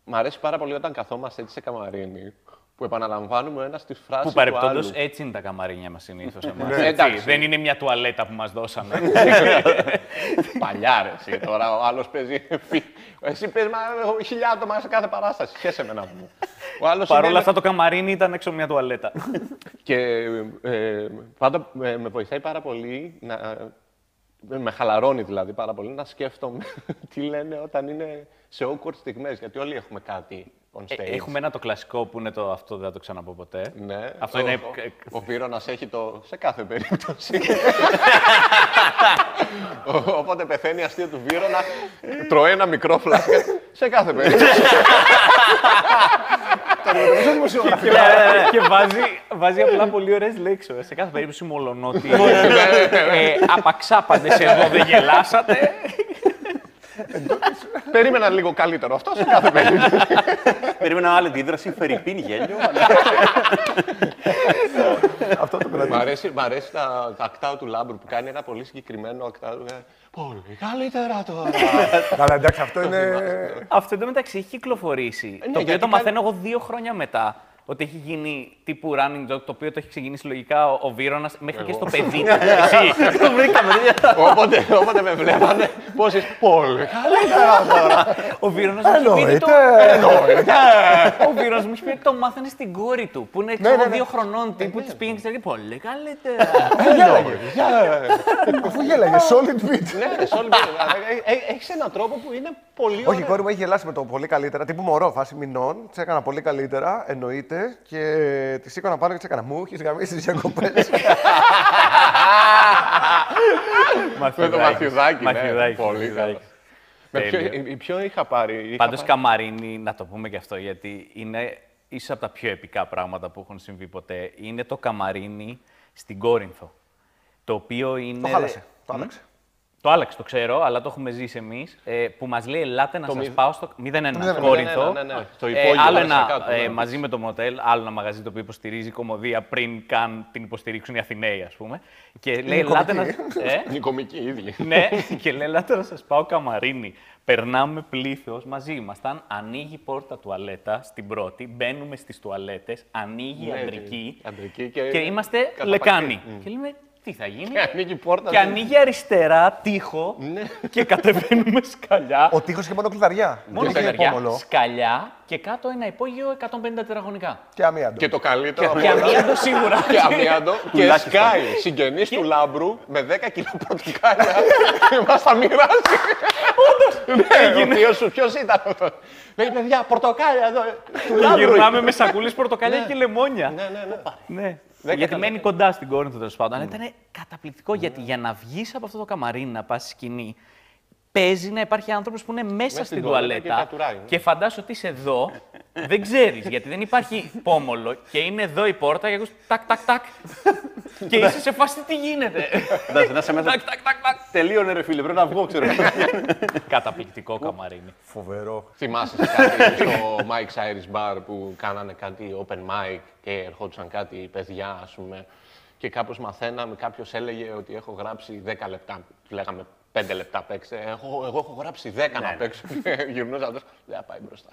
μ' αρέσει πάρα πολύ όταν καθόμαστε έτσι σε καμαρίνι που επαναλαμβάνουμε ένα τη φράση.
που παρεπτόντω έτσι είναι τα καμαρίνια μας συνήθως.
Ναι, εντάξει. Ναι,
Δεν είναι μια τουαλέτα που μας δώσανε.
Παλιά ρε, εσύ. Τώρα ο άλλος παίζει. Εσύ παίζει μα έχω χιλιά άτομα σε κάθε παράσταση. Χέσε με να πούμε. Ο άλλος
Παρ' όλα
είναι-
αυτά το καμαρίνι ήταν έξω μια τουαλέτα.
Και ε, πάντα ε, με βοηθάει πάρα πολύ να. ε, Με χαλαρώνει δηλαδή πάρα πολύ να σκέφτομαι [laughs] τι λένε όταν είναι σε awkward στιγμές, γιατί όλοι έχουμε κάτι on stage.
Ε, Έχουμε ένα το κλασικό που είναι το αυτό δεν θα το ξαναπώ ποτέ.
Ναι.
Αυτό
Ο-
είναι.
Ο, ο Βίρονας έχει το. σε κάθε
[laughs]
περίπτωση. Ο- Όποτε πεθαίνει η αστεία του Βίρονα, τρώει ένα μικρό φλάσκα. σε κάθε περίπτωση. Ναι,
και, βα- και βάζει, βάζει απλά πολύ ωραίες λέξεις. Σε κάθε περίπτωση μολονότι.
Ναι,
ε, απαξάπαντες εδώ δεν γελάσατε.
Περίμενα λίγο καλύτερο αυτό σε κάθε περίπτωση.
Περίμενα άλλη αντίδραση, φερρυπίν
[laughs]
γέλιο.
Αυτό το
Μ'
κρατάει.
αρέσει, μ' αρέσει τα, τα ακτάου του Λάμπρου που κάνει ένα πολύ συγκεκριμένο ακτάου. ε, Πολύ καλύτερα [laughs] τώρα. Ναι.
Καλά, εντάξει, αυτό είναι.
Αυτό εντωμεταξύ έχει κυκλοφορήσει. το οποίο
Ναι, γιατί
το
κάνει-
μαθαίνω εγώ δύο χρόνια μετά. Ότι έχει γίνει τύπου running joke, το οποίο το έχει ξεκινήσει λογικά ο, ο Βίρονας μέχρι και στο
[laughs]
παιδί του. Εσύ.
Το βρήκαμε.
όποτε, όποτε με βλέπανε, πώς είσαι. Πολύ καλύτερα τώρα.
Ο Βίρονας μου έχει πει
Εννοείται.
το... Ο Βίρονας μου έχει πει ότι το μάθανε στην κόρη του, που είναι ξέρω,
ναι, ναι.
δύο χρονών τύπου, της πήγαινε και της έλεγε, πολύ καλύτερα.
Αφού γέλαγες, solid beat.
ναι, ρε, σε όλη την- ε, ε, έχεις έναν τρόπο που είναι πολύ
Όχι, η
ωραίο.
κόρη μου έχει γελάσει με το πολύ καλύτερα. Τύπου μωρό, φάση μηνών. Τη έκανα πολύ καλύτερα, εννοείται. Και τη σήκωνα πάνω και τη έκανα μου. Έχεις γαμίσει τι διακοπέ.
Με το μαθιουδάκι, ναι,
Μαθιουδάκης,
πολύ
Μαθιουδάκη.
καλά. Με ποιο,
Τέλειο.
η- η- ποιο είχα πάρει. είχα
Πάντως,
πάρει-
Καμαρίνι, να το πούμε και αυτό, γιατί είναι ίσω από τα πιο επικά πράγματα που έχουν συμβεί ποτέ. Είναι το Καμαρίνι στην Κόρινθο. Το οποίο είναι.
Το χάλασε. Το άλλαξε.
Το άλλαξε, το ξέρω, αλλά το έχουμε ζήσει εμείς. Ε, που μας λέει: Ελάτε να σα πάω στο. 01
ναι,
Κόρινθο.
ναι, ναι, ναι. Το
Ε,
υπόγειο,
άλλο
άρεσε
ένα
κάτω,
ε,
ναι.
μαζί με το Μοτέλ, άλλο ένα μαγαζί το οποίο υποστηρίζει η κομμωδία πριν καν την υποστηρίξουν οι Αθηναίοι, ας πούμε. Και λέει: Ελάτε να. Ε,
Είναι οι κομικοί οι ίδιοι.
ναι, [laughs] και λέει, ελάτε να σας πάω καμαρίνι. Περνάμε πλήθος, μαζί ήμασταν, ανοίγει η πόρτα τουαλέτα στην πρώτη, μπαίνουμε στις τουαλέτες, ανοίγει η
Ναι,
αντρική,
αντρική και- Mm. Ε,
είμαστε
καταπακτή.
λεκάνη. Και λέμε, τι θα γίνει.
Και ανοίγει πόρτα.
Ναι. και ανοίγει αριστερά τοίχο
Ναι.
και κατεβαίνουμε σκαλιά.
Ο τείχο είχε μόνο κλειδαριά.
Μόνο
είχε
σκαλιά,
πόμολο
σκαλιά και κάτω ένα υπόγειο 150 τετραγωνικά.
Και αμύαντο.
Και το καλύτερο
Και
όλα,
αμύαντο σίγουρα.
Και αμύαντο και σκάει συγγενή του λάμπρου με 10 κιλά πορτοκάλια [laughs] και μας τα μοιράζει. Όντως. Ναι, ο θείος σου ποιος ήταν αυτό. Λέει παιδιά, πορτοκάλια εδώ. Του
Και
λάμπρου.
Γυρνάμε με σακούλες πορτοκαλιά και λεμόνια.
Ναι, ναι, ναι.
Ναι. Γιατί μένει κοντά στην Κόρινθο τέλος πάντων. Αλλά ήταν καταπληκτικό γιατί για να βγεις από αυτό το καμαρίνι να πας στη σκηνή, παίζει να υπάρχει άνθρωπος που είναι μέσα στην
στην τουαλέτα και
τουαλέτα.
κατουράει, ναι.
Και φαντάσου ότι είσαι εδώ, δεν ξέρεις γιατί δεν υπάρχει πόμολο και είναι εδώ η πόρτα και ακούς τάκ τάκ [laughs] τάκ. και είσαι σε φάση τι γίνεται.
Εντάξει, να είσαι μέσα.
τάκ τάκ τάκ τάκ.
Τελείωνε ρε φίλε, πρέπει να βγω, ξέρω.
Καταπληκτικό καμαρίνι.
Φοβερό.
Θυμάσαι σε κάτι στο Mike's Irish Bar που κάνανε κάτι open mic και ερχόντουσαν κάτι παιδιά, ας πούμε. Και κάπως μαθαίναμε, κάποιος έλεγε ότι έχω γράψει 10 λεπτά. Του λέγαμε 5 λεπτά παίξτε. Εγώ, εγώ έχω γράψει 10 να παίξω. [laughs] Και Γυρνούσα αυτός, δεν θα πάει μπροστά.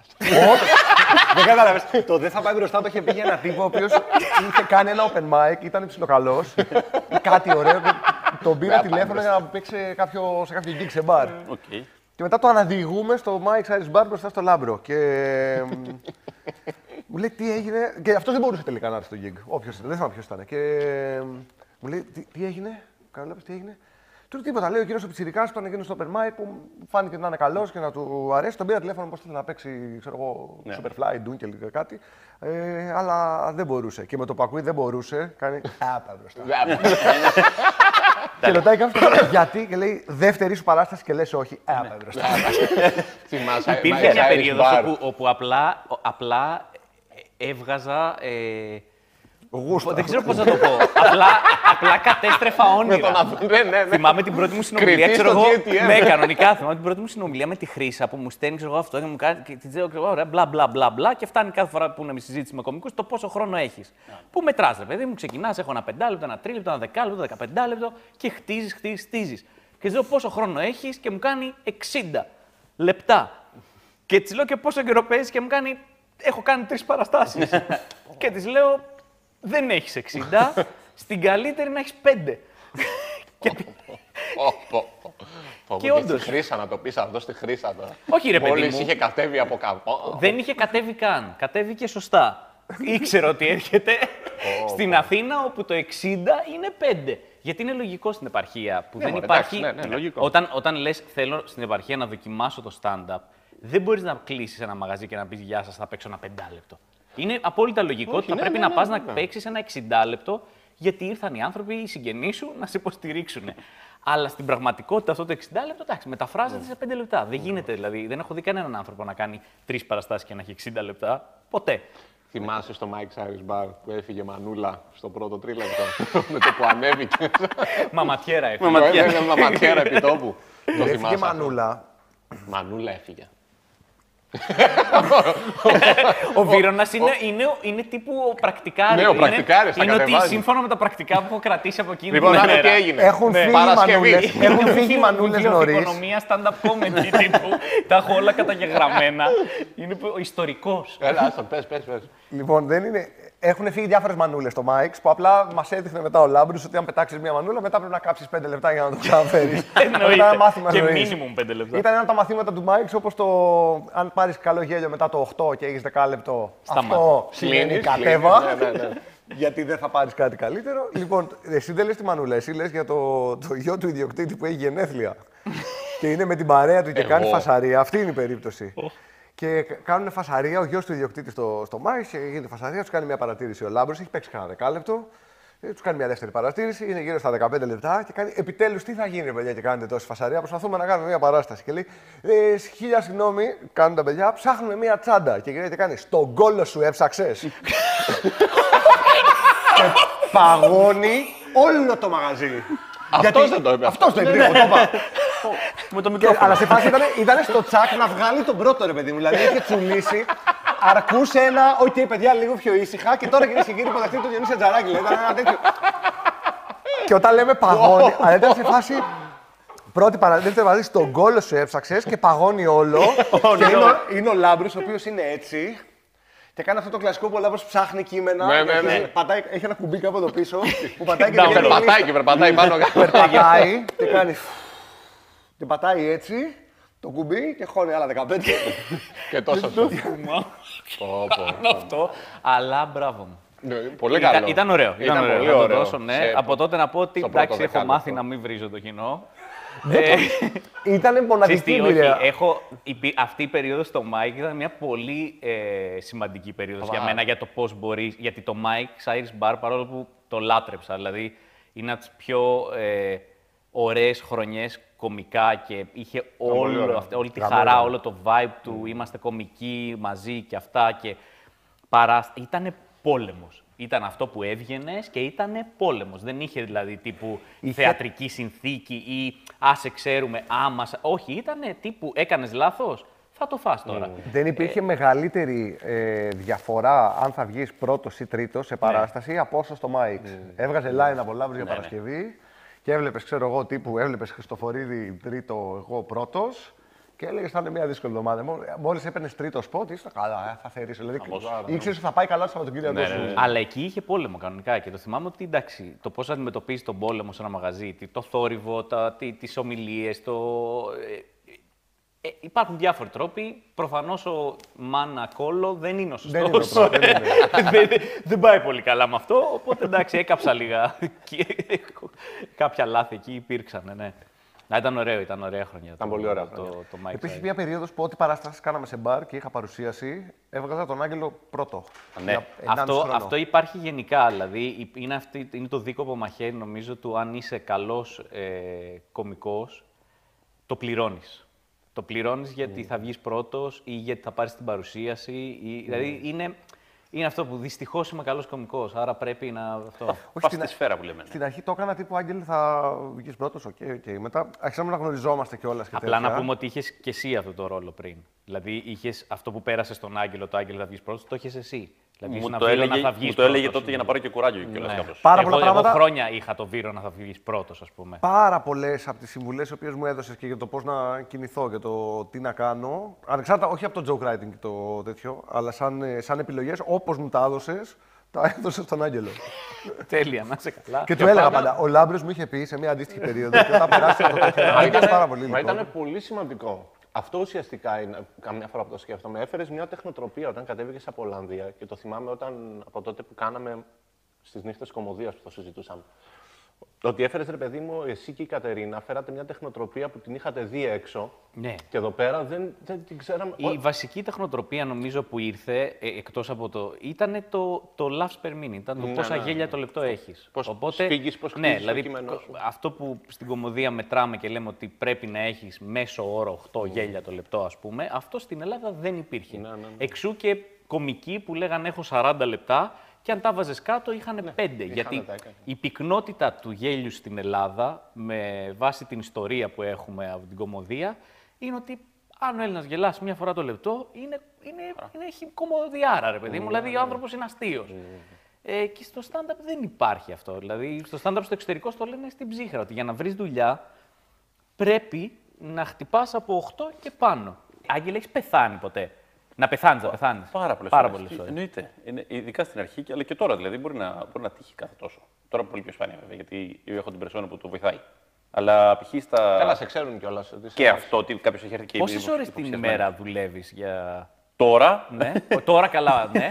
δεν κατάλαβες. Το δεν θα πάει μπροστά το είχε πει για έναν τύπο ο οποίος είχε κάνει ένα open mic, ήταν ψιλοκαλό. κάτι ωραίο. και Τον
Βέβαια,
πήρα τηλέφωνο
πάντα.
για να παίξει σε κάποιο- σε κάποιο gig σε μπαρ.
Οκ.
Δηλαδή,
Και μετά το αναδιηγούμε στο Mike's Irish Bar μπροστά στο Λάμπρο. Και
[laughs]
μ, μου λέει τι έγινε. Και αυτός δεν μπορούσε τελικά να έρθει στο gig. Όποιος ήταν, δεν θυμάμαι ποιος ήταν. Και μ, μου λέει τι, τι έγινε. Καλά, τι έγινε. Του λέω, τίποτα. Λέει ο κύριος ο Πιτσυρικά που ήταν εκείνος στο Open Mic που μου φάνηκε να είναι καλός και να του αρέσει. Τον πήρα τηλέφωνο πώς θέλει να παίξει ξέρω εγώ,
Ναι.
Superfly, Dunkel, κάτι. Ε, αλλά δεν μπορούσε. Και με το που ακούει δεν μπορούσε.
[laughs]
Κάνει. Άπα μπροστά. και ρωτάει κάποιο γιατί και λέει δεύτερη σου παράσταση και λες όχι.
Ναι.
Άπα μπροστά.
[laughs]
Θυμάσαι
Υπήρχε μια
Mike's Irish
περίοδος
Bar.
όπου, όπου απλά, απλά έβγαζα. ε,
Γούστα.
δεν ξέρω πώς να το πω. απλά, απλά κατέστρεφα
Με τον
όνειρα.
Αβ- ναι, ναι, ναι.
θυμάμαι την πρώτη μου συνομιλία,
Κριτής
ξέρω
στο
εγώ.
GTM.
Ναι, κανονικά. Θυμάμαι την πρώτη μου συνομιλία με τη Χρήσα που μου στέλνει ξέρω εγώ, αυτό και μου κάνει. Και τη λέω, ξέρω εγώ, ωραία, μπλα μπλα μπλα μπλα. Και φτάνει κάθε φορά που είναι με συζήτηση με κομικούς το πόσο χρόνο έχεις.
Ναι.
Που μετράς, ρε παιδί μου, ξεκινάς, έχω ένα πεντάλεπτο, ένα τρίλεπτο, ένα δεκάλεπτο, ένα δεκαπεντάλεπτο και χτίζεις, χτίζεις, χτίζεις. Και τη λέω πόσο χρόνο έχεις και μου κάνει 60 λεπτά. Και της λέω και πόσο καιρό παίζεις και μου κάνει. Έχω κάνει τρεις
[laughs]
παραστάσεις. και της λέω, δεν έχεις 60. Στην καλύτερη να έχεις 5.
Πω, πω, πω. Πω,
Και
πω,
όντως.
Στη χρήσα να το πεις αυτό στη χρήσα τώρα.
Όχι, ρε παιδί
Μόλις
μου.
είχε κατέβει από κάπου.
Δεν είχε κατέβει καν. Κατέβηκε σωστά. Ήξερε ότι έρχεται στην Αθήνα όπου το 60 είναι 5. Γιατί είναι λογικό στην επαρχία που δεν
μωρέ,
υπάρχει.
εντάξει, ναι, ναι, ναι. Λογικό.
Όταν, όταν λες, θέλω στην επαρχία να δοκιμάσω το stand-up, δεν μπορείς να κλείσεις ένα μαγαζί και να πεις Γεια σας, θα παίξω ένα πεντάλεπτο. Είναι απόλυτα λογικό ότι θα
ναι,
πρέπει
ναι,
να
ναι,
πας
ναι,
να
ναι.
παίξεις ένα 60 λεπτό γιατί ήρθαν οι άνθρωποι, οι συγγενείς σου, να σε υποστηρίξουν. Αλλά στην πραγματικότητα αυτό το 60 λεπτό εντάξει,
Ναι.
μεταφράζεται σε 5 λεπτά. Δεν γίνεται δηλαδή. Δεν έχω δει κανέναν άνθρωπο να κάνει τρεις παραστάσεις και να έχει 60 λεπτά. Ποτέ.
Θυμάσαι στο Mike's Irish Bar που έφυγε Μανούλα στο πρώτο τρίλεπτο [laughs] με το που ανέβηκε.
Μαματιέρα έφυγε. [laughs]
Μα ματιέρα. Μα ματιέρα επί τόπου. Το
Έφυγε
θυμάσαι. αυτό.
μανούλα.
Μανούλα έφυγε.
Ναι, Ο Βίρονας είναι, είναι, ο- είναι τύπου πρακτικά.
Ναι, ο πρακτικάρης
Είναι,
τα
είναι ότι
κατεβάζει.
σύμφωνα με τα πρακτικά που έχω κρατήσει από εκείνη
Λοιπόν,
την
άκου τι
ημέρα.
έγινε.
Έχουν
Ναι.
φύγει οι
Παρασκευή.
μανούλες. Έχουν φύγει οι μανούλες
Βιβλίο
νωρίς.
Οικονομία, stand-up comedy τύπου. τα έχω όλα καταγεγραμμένα. Είναι ο ιστορικός.
Έλα, άστο, πες, πες, πες.
Λοιπόν, δεν είναι... Έχουν φύγει διάφορες μανούλες στο Μάικς που απλά μας έδειχνε μετά ο Λάμπρου ότι αν πετάξεις μία μανούλα, μετά πρέπει να κάψεις πέντε λεπτά για να το ξαναφέρει.
Εννοείται. Και minimum πέντε λεπτά.
Ήταν ένα από τα μαθήματα του Μάικς όπως το αν πάρεις καλό γέλιο μετά το 8 και έχεις δεκάλεπτο.
Σταμάτα.
Αυτό σημαίνει
Κλείνεις,
κατέβα.
κλείνεις, ναι, ναι, ναι.
Γιατί δεν θα πάρεις κάτι καλύτερο. λοιπόν, εσύ δεν λες τη μανούλα, εσύ λες για το, το γιο του ιδιοκτήτη που έχει γενέθλια. και είναι με την παρέα του και
Εγώ.
κάνει φασαρία. Αυτή είναι η περίπτωση. και κάνουν φασαρία, ο γιος του ιδιοκτήτης στο, στο Μάης, και γίνεται φασαρία, τους κάνει μια παρατήρηση ο Λάμπρος, έχει παίξει κανένα δεκάλεπτο. Τους κάνει μια δεύτερη παρατήρηση, είναι γύρω στα 15 λεπτά και κάνει επιτέλους τι θα γίνει, παιδιά, και κάνετε τόση φασαρία. Προσπαθούμε να κάνουμε μια παράσταση. Και λέει: «Ε, «Σ- Χίλια συγγνώμη, κάνουν τα παιδιά, ψάχνουμε μια τσάντα. Και γίνεται κάνει: Στον κόλο σου έψαξες. Παγώνει όλο το μαγαζί.
Αυτός δεν το είπε.
Αυτός το είπε, Ναι. εγώ το [laughs] είπα. Και- Αλλά σε φάση ήταν, ήταν στο τσακ να βγάλει τον πρώτο ρε παιδί μου. Δηλαδή είχε τσουλήσει. Αρκούσε ένα, οκ παιδιά, λίγο πιο ήσυχα και τώρα γυρίσει γύρω από το Διονύση Τζαράκη. Λέει, ήταν ένα τέτοιο. και όταν λέμε παγώνει, αλλά ήταν σε φάση. Πρώτη παρα- δεύτερη παραδείγματο, τον κόλο [laughs] σου έψαξες και παγώνει όλο. και είναι, ο- είναι ο Λάμπρος ο οποίος είναι έτσι. Και κάνει αυτό το κλασικό που ο Λάμπρος ψάχνει κείμενα.
Ναι,
και
ναι,
αρχίζει-
ναι.
Πατάει, έχει ένα κουμπί κάπου εδώ πίσω που πατάει και
Να,
βγαίνει η λίστα.
Περπατάει και περπατάει
Ναι.
πάνω κάτω.
Περπατάει και κάνει. και πατάει έτσι το κουμπί και χώνει άλλα 15.
Και τόσο. Πω, πω.
αυτό. Αλλά μπράβο μου.
Ναι, Πολύ
Ήταν,
καλό.
ήταν ωραίο. Ήταν, ωραίο.
πολύ
να το
ωραίο.
δώσω, ναι.
Σε-
Από τότε να πω ότι
στο πρώτο
εντάξει, έχω
δεκάλεπτο.
μάθει να μην βρίζω το κοινό. Ε,
Ήταν
Ξέρεις
μοναδική
τι, όχι, ε,
εμπειρία.
έχω, υπή- αυτή η περίοδος στο Mike ήταν μια πολύ ε, σημαντική περίοδος για μένα για το πώς μπορείς. Γιατί το Mike Cyrus Bar, παρόλο που το λάτρεψα, δηλαδή είναι από τις πιο ε, ωραίες χρονιές κομικά και είχε όλο, αυτή- όλη τη χαρά, όλο το vibe του,
Mm.
είμαστε κομικοί μαζί και αυτά και παρά... Ήτανε πόλεμος. Ήταν αυτό που έβγαινες και ήταν πόλεμος. Δεν είχε δηλαδή τύπου θεατρική συνθήκη ή α σε ξέρουμε, άμα. Όχι, ήταν τύπου έκανες λάθος, θα το φας τώρα.
Δεν
Ε,
υπήρχε μεγαλύτερη ε, διαφορά αν θα βγεις πρώτος ή τρίτος
Ναι.
σε παράσταση από όσο στο Mike's. Έβγαζε line από Λάβρου για Παρασκευή και έβλεπες, ξέρω εγώ, τύπου έβλεπες Χριστοφορίδη τρίτο, εγώ πρώτος. Και έλεγες θα είναι μια δύσκολη εβδομάδα. Μόλις έπαιρνες τρίτο σπότ, είσαι καλά, ε, θα θερήσω. Δηλαδή, ήξερες ότι θα πάει καλά το Σαββατοκύριακο.
Ναι,
σου.
Αλλά εκεί είχε πόλεμο κανονικά και το θυμάμαι ότι εντάξει, το πώς αντιμετωπίζει τον πόλεμο σε ένα μαγαζί, τι- το θόρυβο, τα, τι τις ομιλίες, το. ε, ε, υπάρχουν διάφοροι τρόποι. Προφανώς ο Μάνα Κόλλο δεν είναι ο
Δεν είναι ο
σωστό.
πρώτος, δεν είναι.
[laughs] δεν, δεν πάει πολύ καλά με αυτό. Οπότε εντάξει, έκαψα λίγα. [laughs] και κάποια λάθη εκεί υπήρξαν, ναι. Να, ήταν ωραίο, ήταν ωραία χρονιά. Ήταν
πολύ ωραία
το, το, το Mike
Υπήρχε
Tyson.
μια περίοδος που ό,τι παράσταση κάναμε σε μπαρ και είχα παρουσίαση, έβγαζα τον Άγγελο πρώτο.
Ναι.
Για ενάμιση
Αυτό,
χρόνο.
αυτό υπάρχει γενικά. Δηλαδή, η- είναι, αυτή, είναι το δίκοπο μαχαίρι, νομίζω, του αν είσαι καλός ε, κωμικός, το πληρώνεις. Το πληρώνεις γιατί
Ναι.
θα βγεις πρώτος ή γιατί θα πάρεις την παρουσίαση. Ή,
Ναι.
Δηλαδή, είναι, είναι αυτό που δυστυχώς είμαι καλός κωμικός. Άρα πρέπει να. Αυτό.
[laughs]
Πας στη σφαίρα που λέμε. ναι.
Στην αρχή το έκανα τύπου Άγγελ, θα βγεις πρώτος, οκ, οκ. Μετά άρχισαμε να γνωριζόμαστε κιόλας.
Απλά να πούμε ότι είχες και εσύ αυτό το ρόλο πριν. Δηλαδή, είχες αυτό που πέρασε στον Άγγελο, το Άγγελο θα βγεις πρώτος, το είχες εσύ. Δηλαδή,
Μου
ήσουν
το
Βίρονα,
έλεγε,
θα
μου
βγεις
το έλεγε
πρώτος.
τότε για να πάρω και κουράγιο κιόλα
Ναι.
κάπως.
Πάρα
εγώ,
πολλά πράγματα-
Εγώ χρόνια είχα το βίρο να θα βγεις πρώτος, ας πούμε.
Πάρα πολλές από τις συμβουλές οι οποίες μου έδωσες και για το πώς να κινηθώ και το τι να κάνω. Ανεξάρτητα, όχι από το joke writing και το τέτοιο, αλλά σαν, ε, σαν επιλογές, όπως μου τα έδωσες, τα [laughs] έδωσες στον Άγγελο.
Τέλεια, να είσαι καλά.
και του έλεγα πάντα. Ο Λάμπριο μου είχε πει σε μια αντίστοιχη περίοδο και όταν περάσει το τέτοιο.
Μα
ήταν
Ε, ήτανε-
πάρα πολύ. λοιπόν.
Μα
υλικό.
ήταν πολύ σημαντικό. Αυτό ουσιαστικά είναι, καμιά φορά που το σκέφτομαι, έφερες μια τεχνοτροπία όταν κατέβηκες από Ολλανδία και το θυμάμαι όταν, από τότε που κάναμε στις νύχτες κομμωδίας που το συζητούσαμε. Ότι έφερες ρε παιδί μου, εσύ και η Κατερίνα, φέρατε μια τεχνοτροπία που την είχατε δει έξω.
Ναι.
Και εδώ πέρα δεν, δεν την ξέραμε.
Η βασική τεχνοτροπία νομίζω που ήρθε, ε, εκτός από το... ήταν το, το laughs per minute, ήταν το πόσα γέλια το λεπτό έχεις.
Πώς σφίγγεις, πώς
ναι,
χτίζεις το
δηλαδή,
κείμενό σου.
Αυτό που στην κομμωδία μετράμε και λέμε ότι πρέπει να έχεις μέσο όρο 8 γέλια το λεπτό ας πούμε, αυτό στην Ελλάδα δεν υπήρχε.
ναι.
Εξού και κομικοί που λέγανε έχω 40 λεπτά και αν τα βάζες κάτω είχαν
Ναι,
5. γιατί
τα έκανε.
η πυκνότητα του γέλιου στην Ελλάδα, με βάση την ιστορία που έχουμε από την κομμωδία, είναι ότι αν ο Έλληνας γελάσει μία φορά το λεπτό, είναι, είναι, είναι, έχει κομμωδιάρα, ρε
Ναι,
παιδί μου. Δηλαδή ο άνθρωπος είναι αστείος. Ε, και στο stand-up δεν υπάρχει αυτό. Δηλαδή στο stand-up στο εξωτερικό στο λένε στην ψύχρα. Ότι για να βρεις δουλειά πρέπει να χτυπάς από 8 και πάνω. Άγγελε, έχεις πεθάνει ποτέ. Να πεθάνεις, να πεθάνεις.
Πάρα πολλές
Πάρα
φορές.
πολλές ώρες. Ε, ναι,
Εννοείται. Είναι- Ειδικά στην αρχή, και- αλλά και τώρα δηλαδή μπορεί να, μπορεί να τύχει κάθε τόσο. Τώρα πολύ πιο σπάνια βέβαια, γιατί έχω την περσόνα που το βοηθάει. Αλλά π.χ. στα.
Καλά, σε ξέρουν κιόλας.
Και αυτό ότι κάποιος έχει έρθει και
Πόσες
υποψιασμένος.
ώρε την ημέρα δουλεύεις [laughs] για.
Τώρα,
ναι. Τώρα καλά, ναι.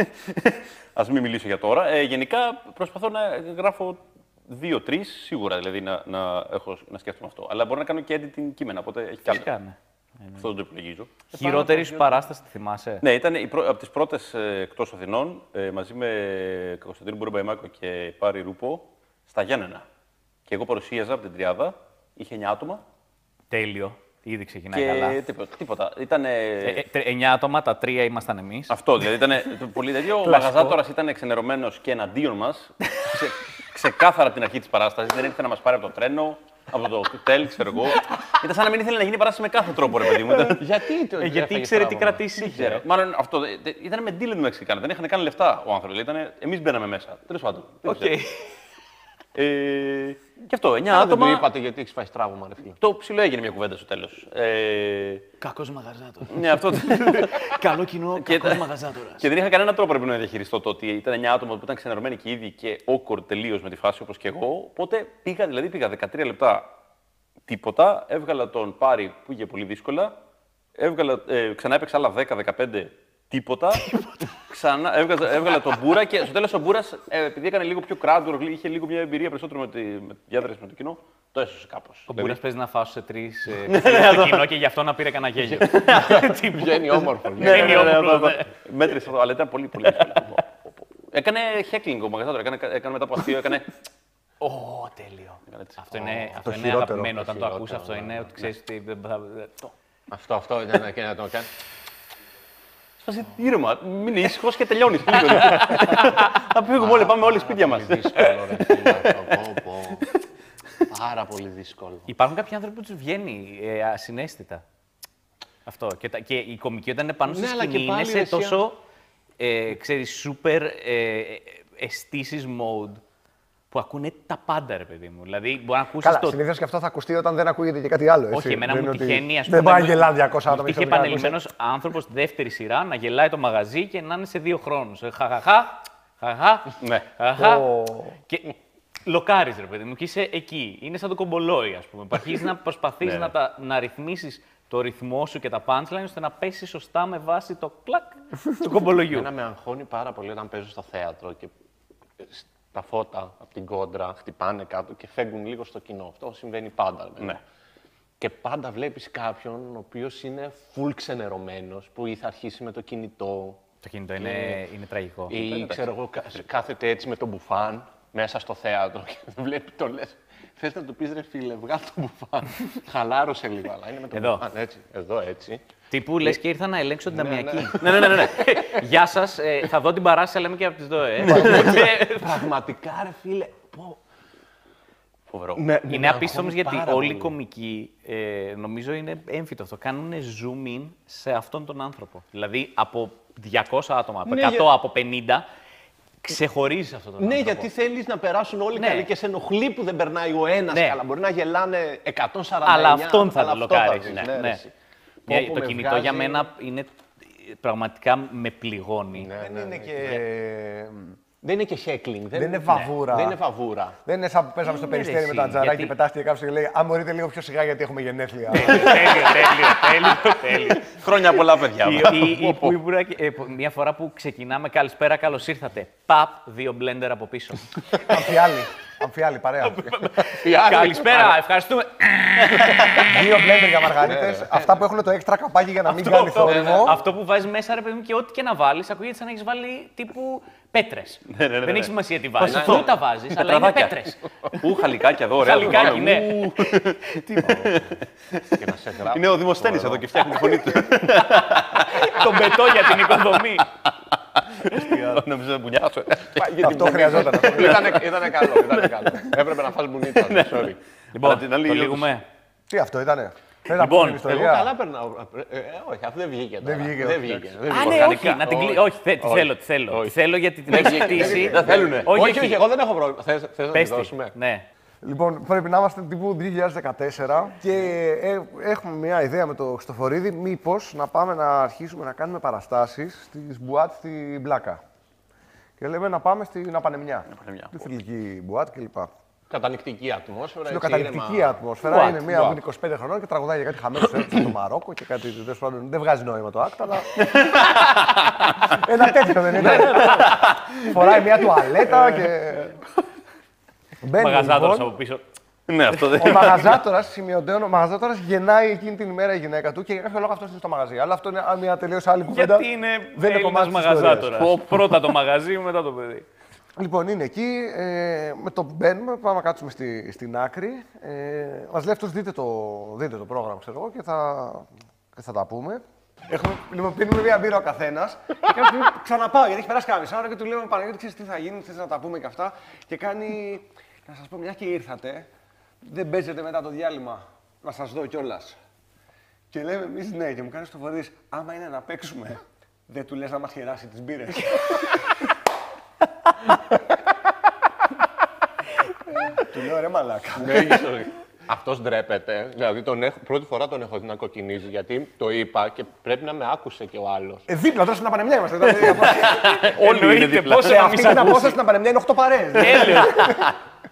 [laughs] ας μην μιλήσω για τώρα. Ε, γενικά προσπαθώ να γράφω δύο-τρει σίγουρα δηλαδή να, να, έχω, να σκέφτομαι αυτό. Αλλά μπορώ να κάνω και editing κείμενα, οπότε έχει κι
[laughs]
άλλο.
Φυσικά, ναι.
Αυτό δεν το υπολογίζω.
Χειρότερη σου παράσταση τη θυμάσαι.
Ναι, ήταν η πρω... από τις πρώτες εκτός Αθηνών ε, μαζί με Κωνσταντίνο Μπουρμπαϊμάκο και Πάρη Ρούπο στα Γιάννενα. Και εγώ παρουσίαζα από την Τριάδα, είχε 9 άτομα
Τέλειο. Ήδη ξεκινάει
και
καλά.
τίποτα. τίποτα. Ήταν.
Ε, ε, τε- εννιά άτομα, τα τρία ήμασταν εμείς.
Αυτό δηλαδή ήταν πολύ τέτοιο. Ο μαγαζάτορας ήταν ξενερωμένο και εναντίον μας. Ξε... Ξεκάθαρα από την αρχή της παράστασης. Δεν ήρθε να μας πάρει από το τρένο, από το κτέλ, ξέρω εγώ. Ήταν σαν να μην ήθελε να γίνει παράσταση με κάθε τρόπο, ρε παιδί μου. Ήταν-
Γιατί το
Ε, γιατί
έφαγε
ήξερε τι
φράγμα.
κρατήσει
Ξέρω.
είχε.
Μάλλον αυτό. δε- δε- Ήταν με δηλαδή deal του Μεξικάνου. Δεν είχαν καν λεφτά ο άνθρωπος. Ήτανε... Εμείς μπαίναμε μέσα. Τέλος πάντων. Δεν
Οκ.
ξέρω. Ε, και αυτό, 9
Δεν το
άτομα.
είπατε γιατί έχεις φάει τραύμα, ρε φίλε.
Το ψηλό έγινε μια κουβέντα στο τέλος. Ε,
Κακός μαγαζάτορας.
ναι, αυτό.
[laughs] Καλό κοινό,
Και-
κακός μαγαζάτορας.
και δεν είχα κανένα τρόπο πρέπει να διαχειριστώ το ότι ήταν 9 άτομα που ήταν ξενερωμένοι και ήδη και awkward τελείως με τη φάση όπως και εγώ. Οπότε πήγα, δηλαδή πήγα 13 λεπτά τίποτα, έβγαλα τον Πάρη που είχε πολύ δύσκολα, έβγαλα, ε, ξανά έπαιξα άλλα 10-15
[laughs]
τίποτα. ξανά έβγαζα, έβγαλα τον Μπούρα και στο τέλος ο Μπούρας, επειδή έκανε λίγο πιο crowd work, είχε λίγο μια εμπειρία περισσότερο με τη με διάδραση με το κοινό, το έσωσε κάπως.
Ο
Δηλαδή-
Μπούρας παίζει να φάω σε τρεις
[laughs] Ναι,
στο κοινό και γι' αυτό να πήρε κανένα γέλιο. Τι μου.
Βγαίνει όμορφο.
[laughs]
λέει.
Ναι, ναι, ναι, ναι,
αυτό,
ναι.
αυτό. Μέτρησα το, αλλά ήταν πολύ,
[laughs]
πολύ δύσκολο. Έκανε heckling ο μαγαζάτορα, έκανε, έκανε μετά από αστείο, έκανε...
Ω, τέλειο. Αυτό είναι, αυτό είναι
χειρότερο,
αγαπημένο
το
όταν το ακούς,
χειρότερο,
αυτό
ναι,
είναι ότι ξέρεις ότι... δεν θα- το-
Αυτό, αυτό ήταν και να το κάνει.
Σπάσε ήρεμα, μην είσαι ήσυχος και
[laughs]
τελειώνεις. λίγο. Θα φύγουμε όλοι, πάμε όλοι σπίτια μας.
Πολύ δύσκολο, ρε φίλε, αυτό. Πω, πω. Πάρα πολύ δύσκολο.
Υπάρχουν κάποιοι άνθρωποι που τους βγαίνει ε, ασυναίσθητα. Αυτό. Και, τα, και η κομική όταν είναι πάνω στη
Ναι, αλλά και
σκηνή είναι
πάλι,
σε
ρε, εσύ,
τόσο, ε, ξέρεις, super ε, αισθήσεις mode που ακούνε τα πάντα, ρε παιδί μου. Δηλαδή, μπορεί να ακούσεις
Καλά,
το...
συνήθως και αυτό θα ακουστεί όταν δεν ακούγεται και κάτι άλλο. Έτσι.
Όχι, εμένα
Δεν
μου
είναι ότι
τυχαίνει, ας πούμε...
Δεν πάει να
μου-
γελάνε 200 άτομα.
Μου τύχει
και ξαφνικά να ακούσει-
επανελειμμένος άνθρωπος δεύτερη σειρά να γελάει το μαγαζί και να είναι σε δύο χρόνους. Ε, Χαχαχά, χαχαχά,
Ναι.
χαχαχά.
Ω.
Και λοκάρεις, ρε παιδί μου, και είσαι εκεί. Είναι σαν το κομπολόι, ας πούμε. Αρχίζεις
[laughs]
να προσπαθεί
Ναι.
να, τα- να ρυθμίσεις το ρυθμό σου και τα punchline ώστε να πέσεις σωστά με βάση το κλακ του κομπολογιού.
Εμένα με αγχώνει πάρα πολύ όταν παίζω στο θέατρο και σ- τα φώτα από την κόντρα χτυπάνε κάτω και φέγγουν λίγο στο κοινό. Αυτό συμβαίνει πάντα. ρε.
Ναι.
Και πάντα βλέπεις κάποιον ο οποίος είναι full ξενερωμένος, που ή θα αρχίσει με το κινητό,
το κινητό είναι, είναι τραγικό.
ή ξέρω εγώ, κα- κάθεται έτσι με τον μπουφάν μέσα στο θέατρο και [laughs] βλέπει το λες. Θες να του πεις ρε φίλε, βγάλ το μπουφάν. [laughs] Χαλάρωσε λίγο, αλλά είναι με τον
Εδώ.
μπουφάν έτσι. Εδώ έτσι.
Τύπου λε ε, και ήρθα να ελέγξω την ταμιακή.
[laughs]
ναι, ναι, ναι. ναι. Γεια σας. θα δω την παράσταση, λέμε και από τις δύο. Ε.
Ναι, [laughs]
Ε,
Πραγματικά ρε φίλε. Πω.
Φοβερό.
Με- με
Είναι απίστευτος
αγχώνει
όμως, γιατί
πάρα
όλοι οι
πολύ.
κομικοί, ε, νομίζω είναι έμφυτο αυτό, κάνουν zoom in σε αυτόν τον άνθρωπο. Δηλαδή από 200 άτομα, από 100,
Ναι, για-
από 50, ξεχωρίζει αυτόν τον
Ναι,
άνθρωπο.
γιατί θέλεις να περάσουν όλοι
Ναι.
καλά και σε ενοχλεί που δεν περνάει ο ένας
Ναι.
καλά. Μπορεί να γελάνε 149.
Αλλά αυτόν θα
αλλά
το
αυτό
λοκάρεις,
δεις,
ναι,
ρε,
ναι.
εσύ. Πω,
Ε,
πω,
το
με
κινητό
βγάζει-
για μένα είναι ε, πραγματικά με πληγώνει.
Ναι, ναι,
Δεν
ναι.
είναι και.
ναι.
Δεν είναι και heckling.
Δεν είναι βαβούρα.
Δεν είναι βαβούρα.
Δεν είναι σαν που παίζαμε στο
Είναι, ρε,
περιστέρι με
εσύ,
τα τζαράκι
γιατί- Ναι.
και πετάχτηκε κάποιος και λέει Αν μπορείτε λίγο πιο σιγά γιατί έχουμε γενέθλια.
τέλειο, τέλειο, [laughs] τέλειο, τέλειο.
Χρόνια πολλά, παιδιά.
Ή- ή- ή που ήμουνα και- ε, που- Μια φορά που ξεκινάμε, καλησπέρα, καλώς ήρθατε. Παπ, δύο μπλέντερ από πίσω.
Αμφιάλη. Αμφιάλη, παρέα.
καλησπέρα, ευχαριστούμε.
Δύο μπλέντερ για μαργαρίτες. Αυτά που έχουν το έξτρα καπάκι για να μην κάνει θόρυβο.
Ναι, Αυτό Ναι, που βάζεις μέσα, ρε παιδί μου, και ό,τι και να βάλεις, ακούγεται σαν να έχεις βάλει τύπου πέτρες. Δεν έχει σημασία τι βάζει. Δεν τα βάζει, αλλά είναι
Τετραδάκια.
πέτρες.
Ου, χαλικάκια εδώ, ωραία. λοιπόν, το
Χαλικάκι,
βάλουμε.
ναι.
Και να σε γράφει.
Είναι ο Δημοσθένης εδώ και φτιάχνει τη φωνή του.
[laughs] Το μπετό για την
[laughs]
οικοδομή.
Νομίζω να μπουνιάσω.
Αυτό χρειαζόταν. Ναι.
Ήτανε- Ήτανε καλό, ήτανε καλό. Έπρεπε να φας μπουνίτσα. sorry.
Αλλά
Λοιπόν,
την
το
άλλη-
λύγουμε.
Τι αυτό ήτανε. Θέλω να
Λοιπόν,
πω την
Εγώ
ιστορία.
καλά περνάω. Ε, ε, όχι, αυτό δεν βγήκε. τώρα.
Δεν βγήκε,
Δεν
όχι,
βγήκε. δεν
Α,
βγήκε.
ναι, όχι, να την
Όχι.
κλείσω. Όχι, θε- τη
Όχι.
θέλω, τη θέλω. Τη
Όχι.
θέλω γιατί την έχει χτίσει.
Δεν θέλουνε.
Όχι,
Όχι, όχι,
όχι.
εγώ δεν έχω πρόβλημα. Θες, θες να τη
Πες τη.
δώσουμε.
Ναι.
Λοιπόν, πρέπει να είμαστε τύπου 2014 και ε, έχουμε μια ιδέα με το Χριστοφορίδη μήπως να πάμε να αρχίσουμε να κάνουμε παραστάσεις στις μπουάτ στην Μπλάκα. Και λέμε να πάμε στην Απανεμιά.
Απανεμιά.
Τη θρηλυκή μπουάτ κλπ.
Καταληκτική ατμόσφαιρα.
Είναι
έτσι,
καταρρυφτική
ήρεμα.
ατμόσφαιρα. είναι μία που είναι 25 χρονών και τραγουδάει για κάτι χαμένο έτσι στο Μαρόκο και κάτι τέλος πάντων. Δεν βγάζει νόημα το άκτα, αλλά. Ένα τέτοιο δεν είναι. Φοράει μία τουαλέτα και. Μπαίνει
Μαγαζάτορα από
λοιπόν.
πίσω.
Ναι, αυτό δεν
Ο μαγαζάτορας, σημειωτέων, ο μαγαζάτορας γεννάει εκείνη την ημέρα η γυναίκα του και για κάποιο λόγο αυτό είναι στο μαγαζί. Αλλά αυτό είναι μια τελείως άλλη κουβέντα.
Γιατί είναι
Δεν είναι
Έλληνας
κομμάτι της ιστορίας.
μαγαζάτορας. Πρώτα το μαγαζί, μετά το παιδί.
Λοιπόν, είναι εκεί. Ε, με το που μπαίνουμε, πάμε να κάτσουμε στη, στην άκρη. Ε, Μας λέει αυτός, δείτε το, δείτε το πρόγραμμα, ξέρω εγώ, και θα, και θα τα πούμε. Έχουμε, λοιπόν, πίνουμε μία μπύρα ο καθένας.
Και κάποια στιγμή ξαναπάω γιατί έχει περάσει κάποια ώρα και του λέω Παναγιώτη, ξέρεις τι θα γίνει, θες να τα πούμε και αυτά. Και κάνει, να σας πω, μια και ήρθατε, δεν παίζετε μετά το διάλειμμα. Να σας δω κιόλας. Και λέμε εμείς ναι, και μου κάνεις το φορείς, άμα είναι να παίξουμε, δεν του λες να μας χεράσει τις μπύρες.
εδώ, ρε μαλάκα.
Αυτό ντρέπεται. Δηλαδή, τον έχω- πρώτη φορά τον έχω δει να κοκκινίζει γιατί το είπα και πρέπει να με άκουσε και ο άλλος.
Ε, δίπλα, τώρα στην Απανεμιά είμαστε. Ήταν-
Όλοι είναι δίπλα.
Σε αυτή την απόσταση στην Απανεμιά είναι 8 παρέες. δεν-
Τέλειο.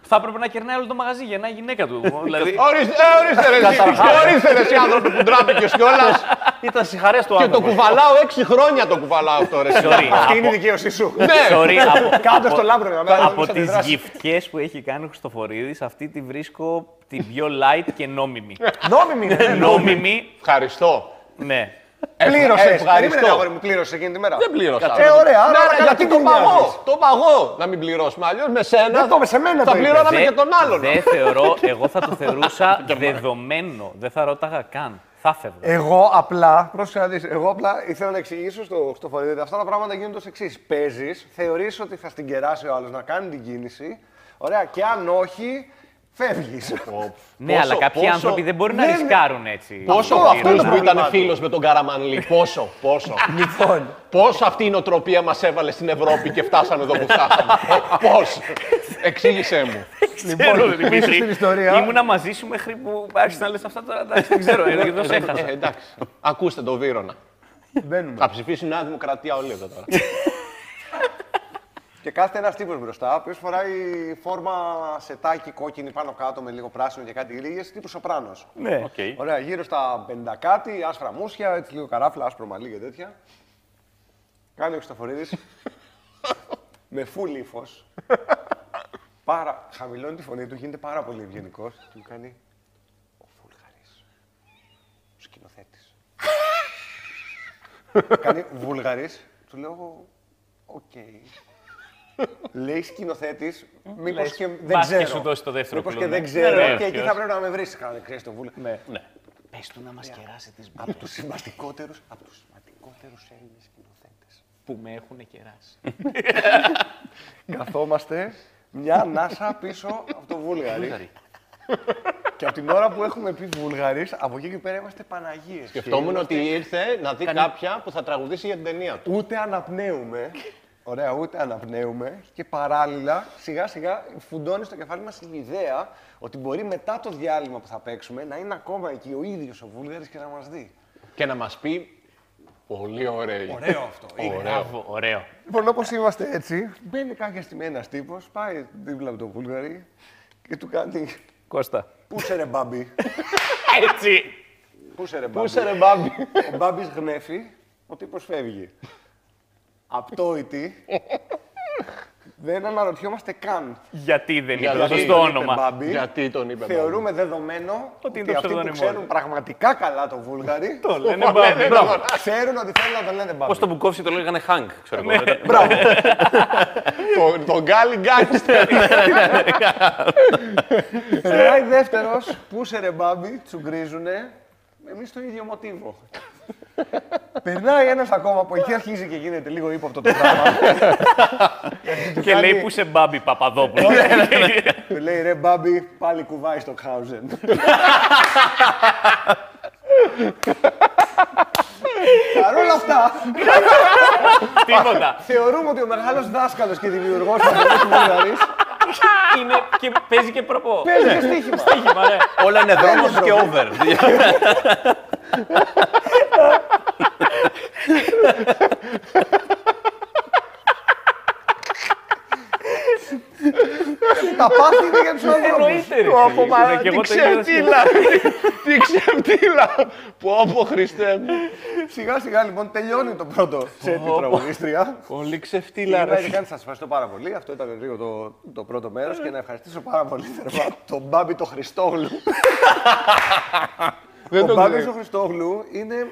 Θα έπρεπε να κερνάει όλο το μαγαζί για να είναι η γυναίκα του. δηλαδή,
Ορίστε, ε, ορίστε ρε, εσύ, ορίστε ρε, εσύ άνθρωπο που ντράπηκε κιόλας.
ήταν συγχαρές του
Και το
άνθρωπος.
κουβαλάω έξι χρόνια το κουβαλάω αυτό ρε. εσύ.
Sorry.
Αυτή είναι η δικαίωσή σου. [laughs]
Sorry, από,
Ε, Κάτω στο λάμπρο, να μην
από
σε
τις
αντιδράσει.
γυφτιές που έχει κάνει ο Χριστοφορίδης, αυτή τη βρίσκω την πιο light και νόμιμη.
Νόμιμη είναι. ναι.
νόμιμη,
Ευχαριστώ.
ναι.
Πλήρωσε. Περίμενε, ρε, αγόρι
Ευχαριστώ.
μου, πλήρωσε εκείνη τη μέρα.
Δεν πλήρωσα.
Ε, ωραία, άρα
Ναι,
κάτι
ρε, γιατί
την
το
νοιάζεις.
παγώ. Το παγώ να μην πληρώσουμε. Αλλιώς με σένα.
Δεν το είπες, σε
Θα
μένα το είπες.
πληρώναμε
Δε-
και τον άλλον.
Δεν θεωρώ, εγώ θα το
[laughs]
θεωρούσα δεδομένο. Δεν θα ρώταγα καν. Θα φεύγα.
Εγώ απλά, πρόσεχε να δεις, εγώ απλά ήθελα να εξηγήσω στο, στο φορείο ότι αυτά τα πράγματα γίνονται ως εξής. Παίζεις, θεωρείς ότι θα στην κεράσει ο άλλος να κάνει την κίνηση, ωραία, και αν όχι, φεύγεις.
ναι,
πόσο-
αλλά κάποιοι
πόσο-
άνθρωποι δεν μπορεί να
ναι, ναι.
ρισκάρουν έτσι.
Πόσο
Αυτό-
αυτό
αυτό
είναι που
είναι το
ήταν
πρόβλημά
φίλος με τον Καραμανλή. Πόσο,
[laughs]
πόσο.
Λοιπόν,
Πώ αυτή η νοοτροπία μας έβαλε στην Ευρώπη και φτάσαμε εδώ που
[laughs]
φτάσαμε. Πώς. Εξήγησέ μου.
Ξέρω, Δημήτρη.
πίσω Λοιπόν, στην ιστορία.
Ήμουνα μαζί σου μέχρι που άρχισε να λες αυτά τώρα. εντάξει, Δεν
[laughs]
ξέρω, ε, δεν σε
Ε,
έχασα.
εντάξει. Ακούστε τον Βύρονα.
Μπαίνουμε.
Θα ψηφίσει η Νέα Δημοκρατία όλοι εδώ τώρα.
Και κάθεται ένας τύπος μπροστά, ο οποίος φοράει φόρμα σετάκι κόκκινη πάνω κάτω με λίγο πράσινο και κάτι λίγε, τύπου σοπράνος.
Ναι.
[laughs] Οκ.
Ωραία, γύρω στα 50 κάτι, άσφρα μουσια, έτσι λίγο καράφλα, άσπρο μαλλί και τέτοια. Κάνει ο
[laughs]
Χρυστοφορίδη. με φουλ ύφος. πάρα... Χαμηλώνει τη φωνή του, γίνεται πάρα πολύ ευγενικός. Του κάνει. Ο Βούλγαρη. Ο σκηνοθέτης. κάνει Βούλγαρη. Του λέω εγώ. Οκ. Λέει σκηνοθέτης, μήπως και δεν
μπας και
ξέρω.
σου δώσει το δεύτερο
Μήπως και
κλειδί.
δεν ξέρω. Και
ναι,
εκεί
ναι.
θα πρέπει να με βρεις αν δεν ξέρει το Βούλγαρη.
Πες του να μας κεράσει τις
Από τους σημαντικότερους από τους σημαντικότερους Έλληνες σκηνοθέτες.
που με έχουν κεράσει.
Καθόμαστε μια ανάσα πίσω από το Βούλγαρη. και από την ώρα που έχουμε πει Βούλγαρης, από εκεί και πέρα είμαστε Παναγίες.
Σκεφτόμουν ότι ήρθε να δει κάποια που θα τραγουδήσει για την ταινία του.
Ούτε αναπνέουμε, ωραία, ούτε αναπνέουμε και παράλληλα σιγά σιγά φουντώνεις στο κεφάλι μας η ιδέα ότι μπορεί μετά το διάλειμμα που θα παίξουμε να είναι ακόμα εκεί ο ίδιος ο Βούλγαρης και να μας δει.
Και να μας πει. Πολύ ωραίο.
Ωραίο αυτό. είναι.
Μπράβο, ωραίο.
Λοιπόν, όπως είμαστε έτσι, μπαίνει κάποια στιγμή ένας τύπος, πάει δίπλα από τον Βούλγαρη και του κάνει.
Κώστα.
Πούσε ρε μπάμπι.
Έτσι.
Πούσε ρε μπάμπι.
Πούσε ρε μπάμπι.
Ο μπάμπι γνέφει, ο τύπος φεύγει. Απτόητη. Δεν αναρωτιόμαστε καν.
Γιατί δεν
Γιατί
ήταν
δεν
σωστό
είπε
όνομα.
Μπάμπι.
Γιατί τον είπε μπάμπι.
Θεωρούμε δεδομένο ότι,
είναι το
αυτοί που
ψευδόνυμο.
ξέρουν πραγματικά καλά το Βούλγαρη
Το λένε
ναι,
μπάμπι. Μπράβο.
ξέρουν ότι θέλουν να τον λένε μπάμπι.
Πώ τον Μπουκόφσκι το λέγανε Χάγκ, ξέρω εγώ. δεν τα-
Το- Τον Γκάλι Γκάνιστερ.
Περνάει δεύτερο, πούσε ρε μπάμπι, τσουγκρίζουνε. Εμείς το ίδιο [laughs] μοτίβο. Περνάει ένας ακόμα που εκεί αρχίζει και γίνεται λίγο ύποπτο το πράγμα.
Και λέει που είσαι μπάμπι Παπαδόπουλο.
Ναι,
Του λέει ρε μπάμπι, πάλι κουβάει στο Χάουζεν. Παρ' όλα αυτά,
[laughs] Τίποτα.
θεωρούμε ότι ο μεγάλος δάσκαλος και δημιουργός του Βουλγαρής
Είναι και παίζει και προπό.
παίζει και στοίχημα.
Στοίχημα, ναι.
Όλα είναι δρόμο και over.
Τα πάθη είναι για τους ανθρώπους.
Εννοείται. ρε,
Πω,
φίλε.
πω, μα,
Και εγώ
Τι
το ίδιο σκέφτομαι.
ξεφτύλα! Τι ξεφτύλα! Πω, πω, Χριστέ μου!
Σιγά σιγά λοιπόν τελειώνει το πρώτο σετ η τραγουδίστρια.
Πολύ
Κύριε
ξεφτύλα, ρε.
Βαρδικάνη, σας ευχαριστώ πάρα πολύ. Αυτό ήταν λίγο το, το πρώτο μέρος και να ευχαριστήσω πάρα πολύ θερμά τον Μπάμπη το Χριστόγλου.
Δεν
ο
το
Μπάμπης
ξέρω.
ο Χριστόγλου είναι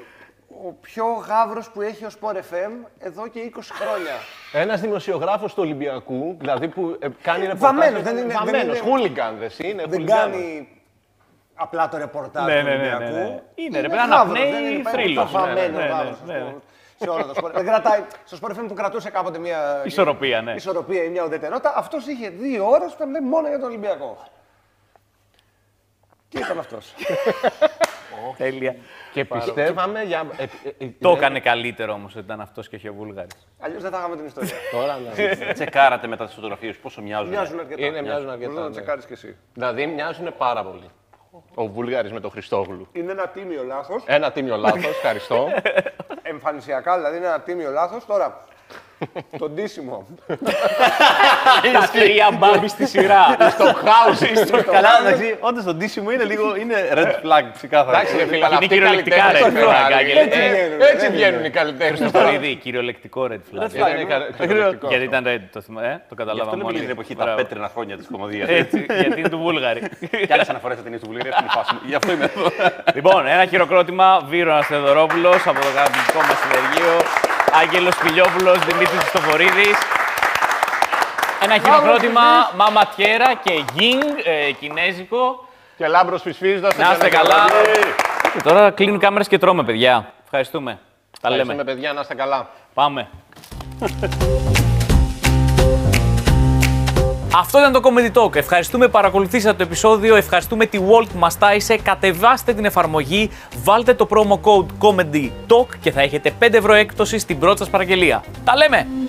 ο πιο γάβρος που έχει ο Sport FM εδώ και 20 χρόνια.
Ένας δημοσιογράφος του Ολυμπιακού, δηλαδή που ε, κάνει ρεπορτάζ.
Βαμμένος, δεν είναι- δεν
Βαμμένος,
είναι-
χούλιγκαν δεν είναι.
Δεν
χούλιγκάνος.
κάνει απλά το ρεπορτάζ
Ναι,
του
ναι, ναι, ναι,
Ολυμπιακού.
ναι. Είναι, ρε,
γάβρος,
αναπνέει
δεν είναι
θρύλος. Ναι, ναι,
βαμμένος
ναι, ναι,
γάβρος, ας
ναι, ναι.
πούμε, Σε όλο το Sport. Δεν κρατάει. Στο Sport FM που κρατούσε κάποτε μια.
Ισορροπία, ναι.
Ισορροπία ή μια ουδετερότητα. Αυτός είχε δύο ώρες που
[laughs]
ήταν μόνο για τον Ολυμπιακό. Και ήταν αυτός.
Τέλεια.
Και πιστεύαμε για. ε, ε, ε,
Το
ε,
έκανε καλύτερο όμως ήταν αυτός και όχι ο Βούλγαρης.
Αλλιώς δεν θα είχαμε την ιστορία.
Τώρα να
Τσεκάρατε μετά τις φωτογραφίες πόσο μοιάζουν.
ναι.
Μοιάζουν αρκετά.
Είναι, μοιάζουν αρκετά,
Μπορείς να
ναι.
το τσεκάρεις κι εσύ.
Δηλαδή μοιάζουν πάρα πολύ. Ο Βούλγαρης με τον Χριστόγλου.
Είναι ένα τίμιο λάθος.
Ένα τίμιο [laughs] λάθος, ευχαριστώ.
Εμφανισιακά δηλαδή είναι ένα τίμιο λάθος. Τώρα το ντύσιμο.
Τα τρία μπάμπι στη σειρά.
Στο χάουσι.
Καλά, εντάξει, όντως το ντύσιμο είναι
[laughs]
λίγο. είναι red flag ξεκάθαρα.
Εντάξει, ρε φίλε, αλλά
Είναι
αυτοί οι
κυριολεκτικά,
καλλιτέχνες
ρε,
δεν
φίλε,
βγάζουν.
Ραγκάκη,
Έτσι
δεν
βγαίνουν, Έτσι βγαίνουν οι καλλιτέχνες.
Κορυδί, κυριολεκτικό red flag. ε.
Δεν είναι κα- κυριολεκτικό.
Γιατί ήταν red, το θυμάμαι. Ε, το
Αυτό
καταλάβαμε
είναι
όλοι.
πολύ την εποχή τα
Μπράβο.
πέτρινα χρόνια τη κομμωδία.
Έτσι, γιατί είναι του Βούλγαρη.
Κι άλλε αναφορέ θα την του Βουλγαρία, αυτή είναι η φάση μου. Γι' αυτό είμαι εδώ.
λοιπόν, ένα χειροκρότημα Βίρονα Θεοδωρόπουλο από το καταπληκτικό μα συνεργείο. Άγγελο Πιλιόπουλο, Δημήτρη Στοφορίδη. Ένα χειροκρότημα Μαματιέρα και Ying, ε, κινέζικο.
Και λάμπρος φυσφίζοντα.
Να είστε καλά. Και τώρα κλείνουν κάμερες και τρώμε, παιδιά. Ευχαριστούμε. Τα
Λέμε
λέμε.
παιδιά, να είστε καλά.
Πάμε.
Αυτό ήταν το Comedy Talk. Ευχαριστούμε που παρακολουθήσατε το επεισόδιο. Ευχαριστούμε τη Walt Mastice. Κατεβάστε την εφαρμογή, βάλτε το promo code Comedy Talk και θα έχετε 5 ευρώ έκπτωση στην πρώτη σας παραγγελία. Τα λέμε!